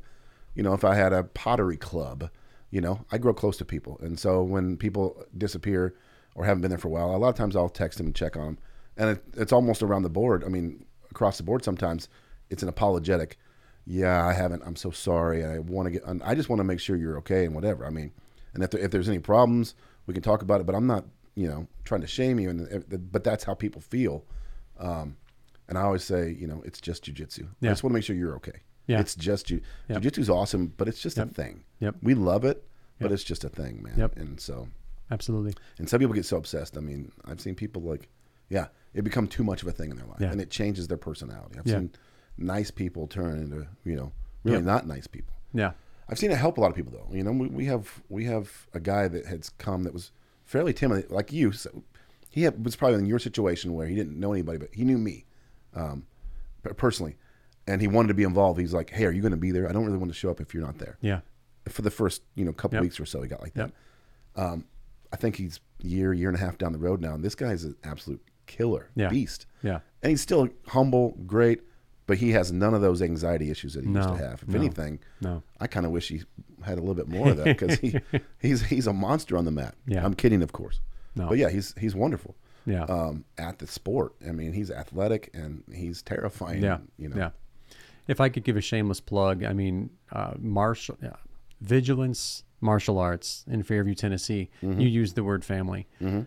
S3: you know if I had a pottery club you know i grow close to people and so when people disappear or haven't been there for a while a lot of times i'll text them and check on them and it, it's almost around the board i mean across the board sometimes it's an apologetic yeah i haven't i'm so sorry and i want to get and i just want to make sure you're okay and whatever i mean and if, there, if there's any problems we can talk about it but i'm not you know trying to shame you and but that's how people feel um, and i always say you know it's just jujitsu i
S1: Yeah.
S3: just want to make sure you're okay
S1: Yeah.
S3: it's just you
S1: Yep.
S3: jujitsu is awesome but it's just a thing
S1: Yep.
S3: we love it, but it's just a thing, man.
S1: Yep.
S3: And so,
S1: Absolutely.
S3: and some people get so obsessed. I mean, I've seen people like, yeah, it become too much of a thing in their life,
S1: Yeah.
S3: and it changes their personality. I've
S1: Yeah.
S3: seen nice people turn into, you know, really
S1: Yep.
S3: not nice people.
S1: Yeah.
S3: I've seen it help a lot of people though. You know, we, we have we have a guy that had come that was fairly timid, like you. So he had, was probably in your situation where he didn't know anybody, but he knew me um, per- personally, and he wanted to be involved. He's like, "Hey, are you going to be there? I don't really want to show up if you're not there."
S1: Yeah.
S3: for the first you know couple
S1: Yep.
S3: weeks or so he got like that Um,
S1: Yep.
S3: i think he's year year and a half down the road now and this guy is an absolute killer
S1: Yeah.
S3: beast
S1: Yeah.
S3: and he's still humble great but he has none of those anxiety issues that he used
S1: No,
S3: to have if
S1: no,
S3: anything
S1: no.
S3: i kind of wish he had a little bit more of that because he, he's he's a monster on the mat
S1: Yeah.
S3: i'm kidding of course
S1: No.
S3: but yeah he's he's wonderful
S1: Yeah.
S3: um, at the sport i mean he's athletic and he's terrifying
S1: Yeah.
S3: you know
S1: Yeah. If I could give a shameless plug, I mean, uh, martial yeah. vigilance, martial arts in Fairview, Tennessee. You used the word family.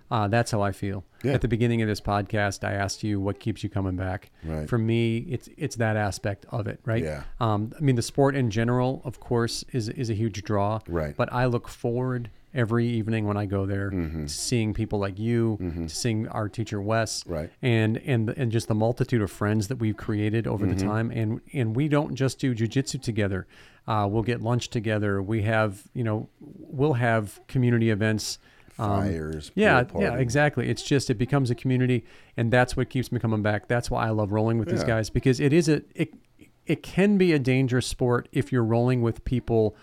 S1: Uh, that's how I feel.
S3: Mm-hmm. Yeah.
S1: At the beginning of this podcast, I asked you what keeps you coming back.
S3: Right.
S1: For me, it's it's that aspect of it, right?
S3: Yeah.
S1: Um, I mean, the sport in general, of course, is is a huge draw.
S3: Right.
S1: But I look forward every evening when I go there, to seeing people like you, to seeing our teacher Wes,
S3: Right.
S1: and and and just the multitude of friends that we've created over the time, and and we don't just do jujitsu together. Uh, we'll get lunch together. We have you know we'll have community events.
S3: Fires.
S1: Um, Yeah,
S3: pool
S1: yeah,
S3: party.
S1: exactly. It's just it becomes a community, and that's what keeps me coming back. That's why I love rolling with these
S3: Yeah.
S1: guys because it is a it it can be a dangerous sport if you're rolling with people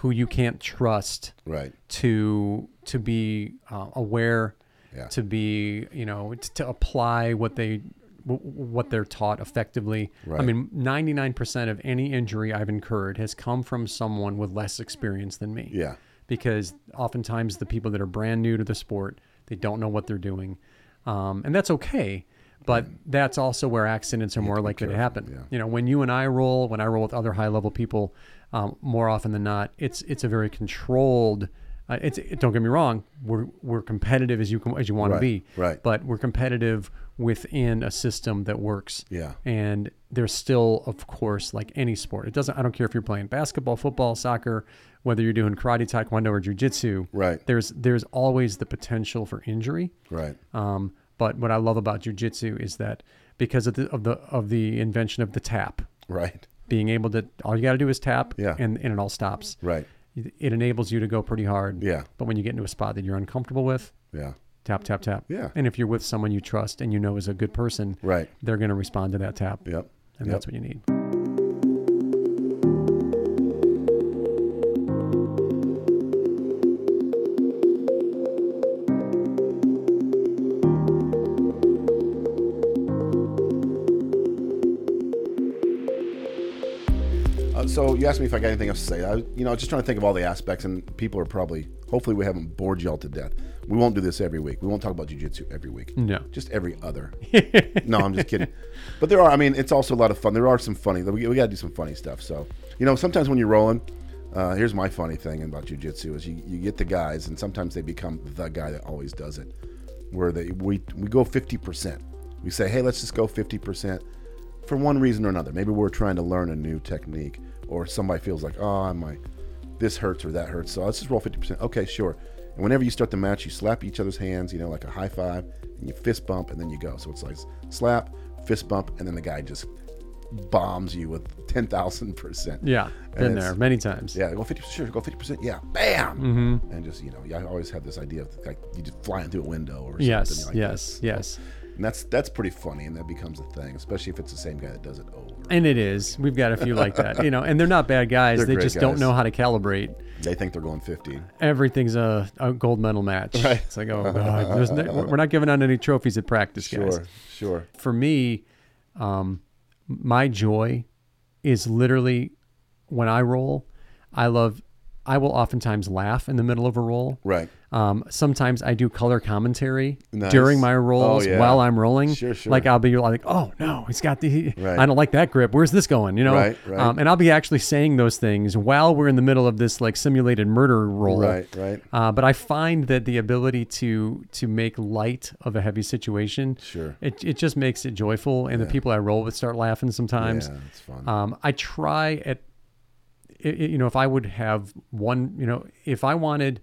S1: who you can't trust
S3: Right.
S1: to to be uh, aware,
S3: Yeah.
S1: to be you know t- to apply what they w- what they're taught effectively. I
S3: Right.
S1: mean, 99% of any injury I've incurred has come from someone with less experience than me
S3: Yeah.
S1: because oftentimes the people that are brand new to the sport they don't know what they're doing um, and that's okay but that's also where accidents are more likely to happen
S3: yeah.
S1: you know when you and i roll when i roll with other high level people um, more often than not it's it's a very controlled uh, it's it, don't get me wrong we're we're competitive as you can, as you want
S3: Right,
S1: to be
S3: right.
S1: but we're competitive within a system that works
S3: Yeah.
S1: and there's still of course like any sport it doesn't i don't care if you're playing basketball football soccer whether you're doing karate taekwondo or jiu-jitsu
S3: Right.
S1: there's there's always the potential for injury
S3: Right.
S1: um, but what i love about jiu-jitsu is that because of the of the of the invention of the tap
S3: Right.
S1: being able to all you got to do is tap
S3: Yeah.
S1: and, and it all stops
S3: Right.
S1: it enables you to go pretty hard
S3: Yeah.
S1: but when you get into a spot that you're uncomfortable with
S3: Yeah.
S1: tap tap tap
S3: Yeah.
S1: and if you're with someone you trust and you know is a good person
S3: Right.
S1: they're going to respond to that tap
S3: Yep.
S1: and
S3: yep.
S1: that's what you need
S3: Uh, so you asked me if I got anything else to say. I, you know, I was just trying to think of all the aspects, and people are probably. Hopefully, we haven't bored y'all to death. We won't do this every week. We won't talk about jujitsu every week.
S1: No.
S3: just every other. no, I'm just kidding. But there are. I mean, it's also a lot of fun. There are some funny. We, we got to do some funny stuff. So, you know, sometimes when you're rolling, uh, here's my funny thing about jujitsu is you, you get the guys, and sometimes they become the guy that always does it. Where they we we go 50%. We say, hey, let's just go 50% for one reason or another. Maybe we're trying to learn a new technique, or somebody feels like, oh, my, this hurts or that hurts. So let's just roll 50%. Okay, sure. And whenever you start the match, you slap each other's hands, you know, like a high five, and you fist bump, and then you go. So it's like slap, fist bump, and then the guy just bombs you with 10,000%.
S1: Yeah, been
S3: And
S1: there
S3: it's-
S1: many times.
S3: Yeah, go 50%, sure, go 50%, yeah, bam! Mm-hmm. And just, you know, I always have this idea of like you just flying through a window or something
S1: Yes,
S3: like
S1: yes,
S3: this.
S1: yes.
S3: And that's, that's pretty funny, and that becomes a thing, especially if it's the same guy that does it over.
S1: And it is. We've got a few like that, you know, and they're not bad guys.
S3: They're
S1: they
S3: great
S1: just don't
S3: guys.
S1: know how to calibrate.
S3: They think they're going 50.
S1: Everything's a, a gold medal match.
S3: Right.
S1: It's like, oh, God, there's no, we're not giving out any trophies at practice, guys.
S3: Sure, sure.
S1: For me, um, my joy is literally when I roll, I love, I will oftentimes laugh in the middle of a roll.
S3: Right.
S1: Um, sometimes I do color commentary
S3: Nice.
S1: during my rolls
S3: Oh, yeah.
S1: while I'm rolling.
S3: Sure, sure.
S1: Like I'll be like, oh no, he's got the. he-
S3: Right.
S1: I don't like that grip. Where's this going? You know.
S3: Right, right.
S1: Um, and I'll be actually saying those things while we're in the middle of this like simulated murder roll.
S3: Right, right.
S1: Uh, but I find that the ability to to make light of a heavy situation,
S3: Sure.
S1: it, it just makes it joyful, and the people I roll with start laughing sometimes.
S3: Yeah, it's fun.
S1: Um, I try at, i i- you know, if I would have one, you know, if I wanted,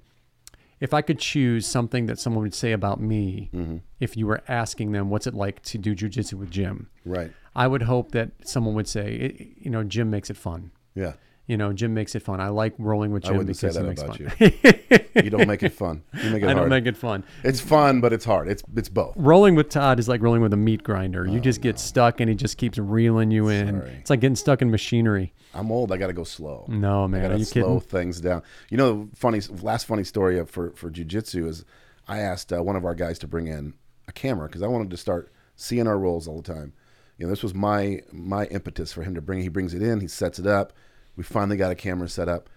S1: if I could choose something that someone would say about me,
S3: Mm-hmm.
S1: if you were asking them, what's it like to do jujitsu with Jim?
S3: right.
S1: I would hope that someone would say, "I- I- you know, Jim makes it fun.
S3: Yeah.
S1: You know, Jim makes it fun. I like rolling with
S3: I
S1: Jim
S3: wouldn't
S1: because
S3: say
S1: he
S3: that
S1: makes
S3: about
S1: fun.
S3: you. You don't make it fun. You make it
S1: I
S3: hard.
S1: don't make it fun.
S3: It's fun, but it's hard. It's it's both.
S1: rolling with Todd is like rolling with a meat grinder. You just get stuck and he just keeps reeling you in.
S3: Oh, Sorry.
S1: It's like getting stuck in machinery.
S3: I'm old. I got to go slow.
S1: No, man.
S3: I
S1: Are
S3: gotta
S1: you
S3: slow
S1: kidding?
S3: things down. You know, funny last funny story of- for for jujitsu is I asked uh, one of our guys to bring in a camera because I wanted to start seeing our rolls all the time. You know, this was my my impetus for him to bring. He brings it in. He sets it up. We finally got a camera set up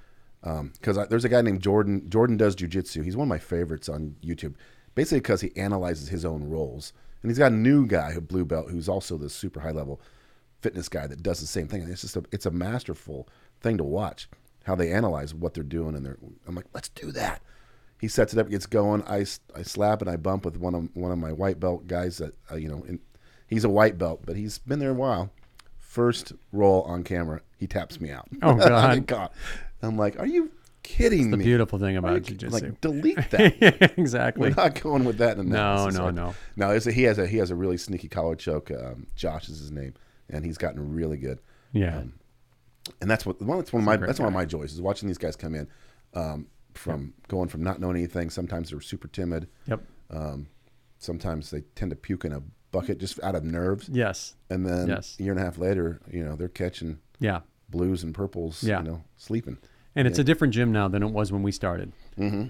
S3: because I there's a guy named Jordan. Jordan does jujitsu. He's one of my favorites on YouTube, basically because he analyzes his own roles. And he's got a new guy, a blue belt, who's also this super high level fitness guy that does the same thing. And it's just a, it's a masterful thing to watch how they analyze what they're doing. And they're I'm like, let's do that. He sets it up, gets going. I, s- I slap and I bump with one of one of my white belt guys that uh, you know. In, he's a white belt, but he's been there a while. First roll on camera, he taps me out.
S1: Oh,
S3: I
S1: God.
S3: get caught. I'm like, are you kidding
S1: The
S3: me.
S1: beautiful thing about
S3: Like,
S1: jujitsu.
S3: like, delete that.
S1: exactly.
S3: We're not going with that. In
S1: No,
S3: analysis.
S1: no,
S3: Like-
S1: no.
S3: No, it's a, he has a he has a really sneaky collar choke. Um, Josh is his name, and he's gotten really good.
S1: Yeah.
S3: And that's what well, that's one of my
S1: great
S3: that's one of my joys is watching these guys come in, um, from going from not knowing anything. Sometimes they're super timid.
S1: yep.
S3: Sometimes they tend to puke in a bucket just out of nerves.
S1: Yes.
S3: And then
S1: Yes.
S3: a year and a half later, you know, they're catching
S1: Yeah.
S3: blues and purples.
S1: Yeah.
S3: You know, sleeping.
S1: And it's a different gym now than it was when we started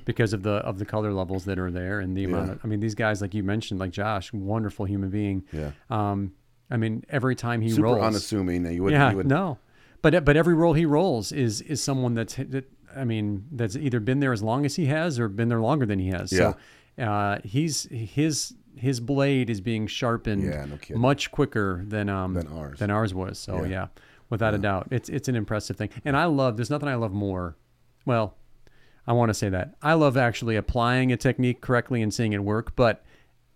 S1: because of the of the color levels that are there and the amount.
S3: Mm-hmm. Yeah.
S1: Of, I mean, these guys, like you mentioned, like Josh, wonderful human being.
S3: Yeah.
S1: Um, I mean, every time he
S3: Super
S1: rolls,
S3: unassuming. and You would,
S1: yeah,
S3: you would
S1: no, but but every role he rolls is is someone that's that, I mean that's either been there as long as he has or been there longer than he has. So uh, he's his his blade is being sharpened
S3: Yeah, no kidding.
S1: much quicker than um
S3: Than ours.
S1: than ours was. So yeah,
S3: Yeah.
S1: without a doubt, it's it's an impressive thing. And I love there's nothing I love more. Well, I want to say that I love actually applying a technique correctly and seeing it work, but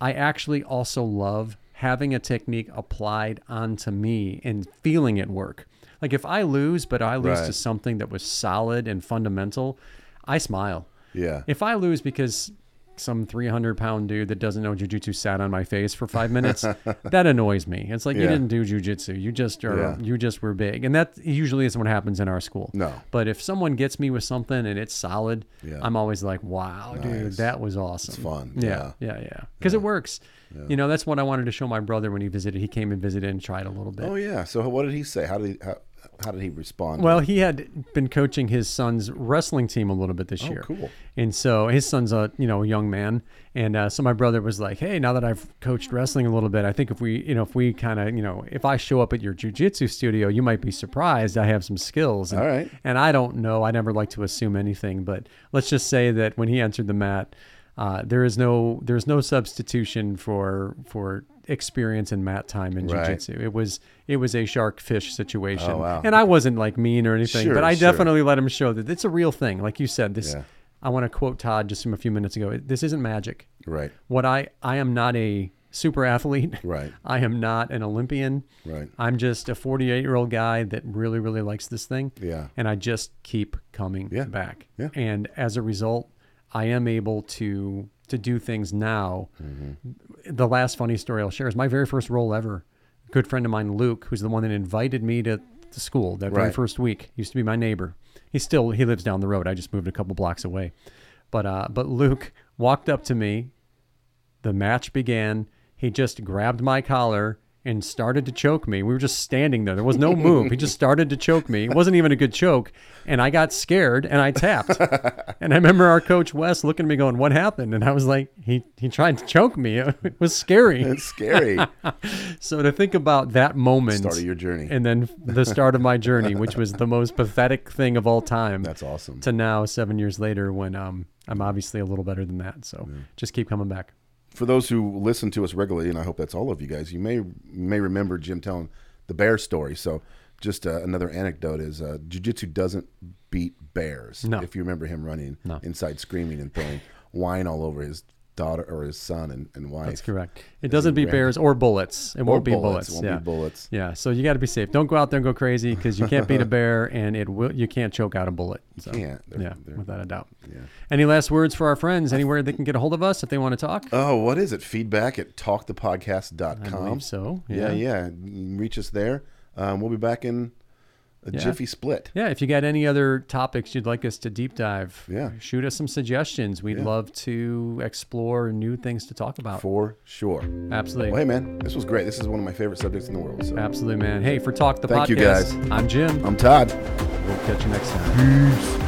S1: I actually also love having a technique applied onto me and feeling it work. Like if I lose, but I lose
S3: Right.
S1: to something that was solid and fundamental, I smile.
S3: Yeah.
S1: If I lose because some 300 pound dude that doesn't know jujitsu sat on my face for five minutes, that annoys me. It's like you
S3: Yeah.
S1: didn't do jujitsu. You just are,
S3: Yeah.
S1: you just were big. And that usually isn't what happens in our school.
S3: No.
S1: But if someone gets me with something and it's solid,
S3: Yeah.
S1: I'm always like, wow, dude,
S3: Nice.
S1: that was awesome. It's
S3: fun,
S1: Yeah. Yeah. Yeah. Because it works. You know, that's what I wanted to show my brother when he visited. He came and visited and tried a little bit.
S3: Oh yeah. So what did he say? How did he how, how did he respond?
S1: Well, he had been coaching his son's wrestling team a little bit this year.
S3: Oh, cool.
S1: And so his son's a you know a young man, and uh, so my brother was like, "Hey, now that I've coached wrestling a little bit, I think if we you know if we kind of you know if I show up at your jujitsu studio, you might be surprised I have some skills." And,
S3: All right.
S1: And I don't know. I never like to assume anything, but let's just say that when he entered the mat, uh, there is no there is no substitution for for experience and mat time in
S3: Right.
S1: jujitsu. It was it was a shark fish situation,
S3: Oh, wow.
S1: and I wasn't like mean or anything thing,
S3: Sure,
S1: but I
S3: sure.
S1: definitely let him show that it's a real thing. Like you said, this.
S3: Yeah.
S1: I want to quote Todd just from a few minutes ago. This isn't magic.
S3: right.
S1: What I I am not a super athlete.
S3: Right.
S1: I am not an Olympian.
S3: Right.
S1: I'm just a 48 year old guy that really really likes this thing.
S3: Yeah.
S1: And I just keep coming
S3: Yeah.
S1: back.
S3: Yeah.
S1: And as a result, I am able to to do things now.
S3: Mm-hmm.
S1: The last funny story I'll share is my very first role ever. A good friend of mine, Luke, who's the one that invited me to, to school that very
S3: Right.
S1: first week, used to be my neighbor. He still he lives down the road. I just moved a couple blocks away. But uh, but Luke walked up to me. The match began. He just grabbed my collar and started to choke me. We were just standing there. There was no move. He just started to choke me. It wasn't even a good choke, and I got scared and I tapped. And I remember our coach Wes looking at me going, "What happened?" And I was like, "He he tried to choke me. It was scary."
S3: It's scary.
S1: So to think about that moment,
S3: Start of your journey.
S1: and then the start of my journey, which was the most pathetic thing of all time.
S3: That's awesome.
S1: To now, seven years later, when um I'm obviously a little better than that. So just keep coming back.
S3: For those who listen to us regularly, and I hope that's all of you guys, you may you may remember Jim telling the bear story. So just uh, another anecdote is uh, jiu-jitsu doesn't beat bears.
S1: No.
S3: If you remember him running
S1: No.
S3: inside screaming and throwing wine all over his daughter or his son and, and wife.
S1: That's correct. It doesn't beat bears or bullets. It
S3: Or
S1: won't be bullets.
S3: bullets. Won't be
S1: yeah.
S3: bullets.
S1: Yeah. So you got to be safe. Don't go out there and go crazy because you can't beat a bear, and it will. You can't choke out a bullet. So,
S3: can't. They're-
S1: yeah,
S3: they're-
S1: without a doubt. Yeah. Any last words for our friends? Anywhere they can get a hold of us if they want to talk.
S3: Oh, what is it? Feedback at talkthepodcast.com.
S1: I believe so.
S3: Uh-huh. Yeah, yeah. You can reach us there. Um, we'll be back in a jiffy split.
S1: Yeah, if you got any other topics you'd like us to deep dive,
S3: Yeah.
S1: shoot us some suggestions. We'd love to explore new things to talk about.
S3: For sure.
S1: Absolutely.
S3: Well, hey, man, this was great. This is one of my favorite subjects in the world. So
S1: Absolutely, man. Hey, for Talk the
S3: Thank you,
S1: Podcast, I'm Jim.
S3: I'm Todd.
S1: We'll catch you next time.
S3: Peace.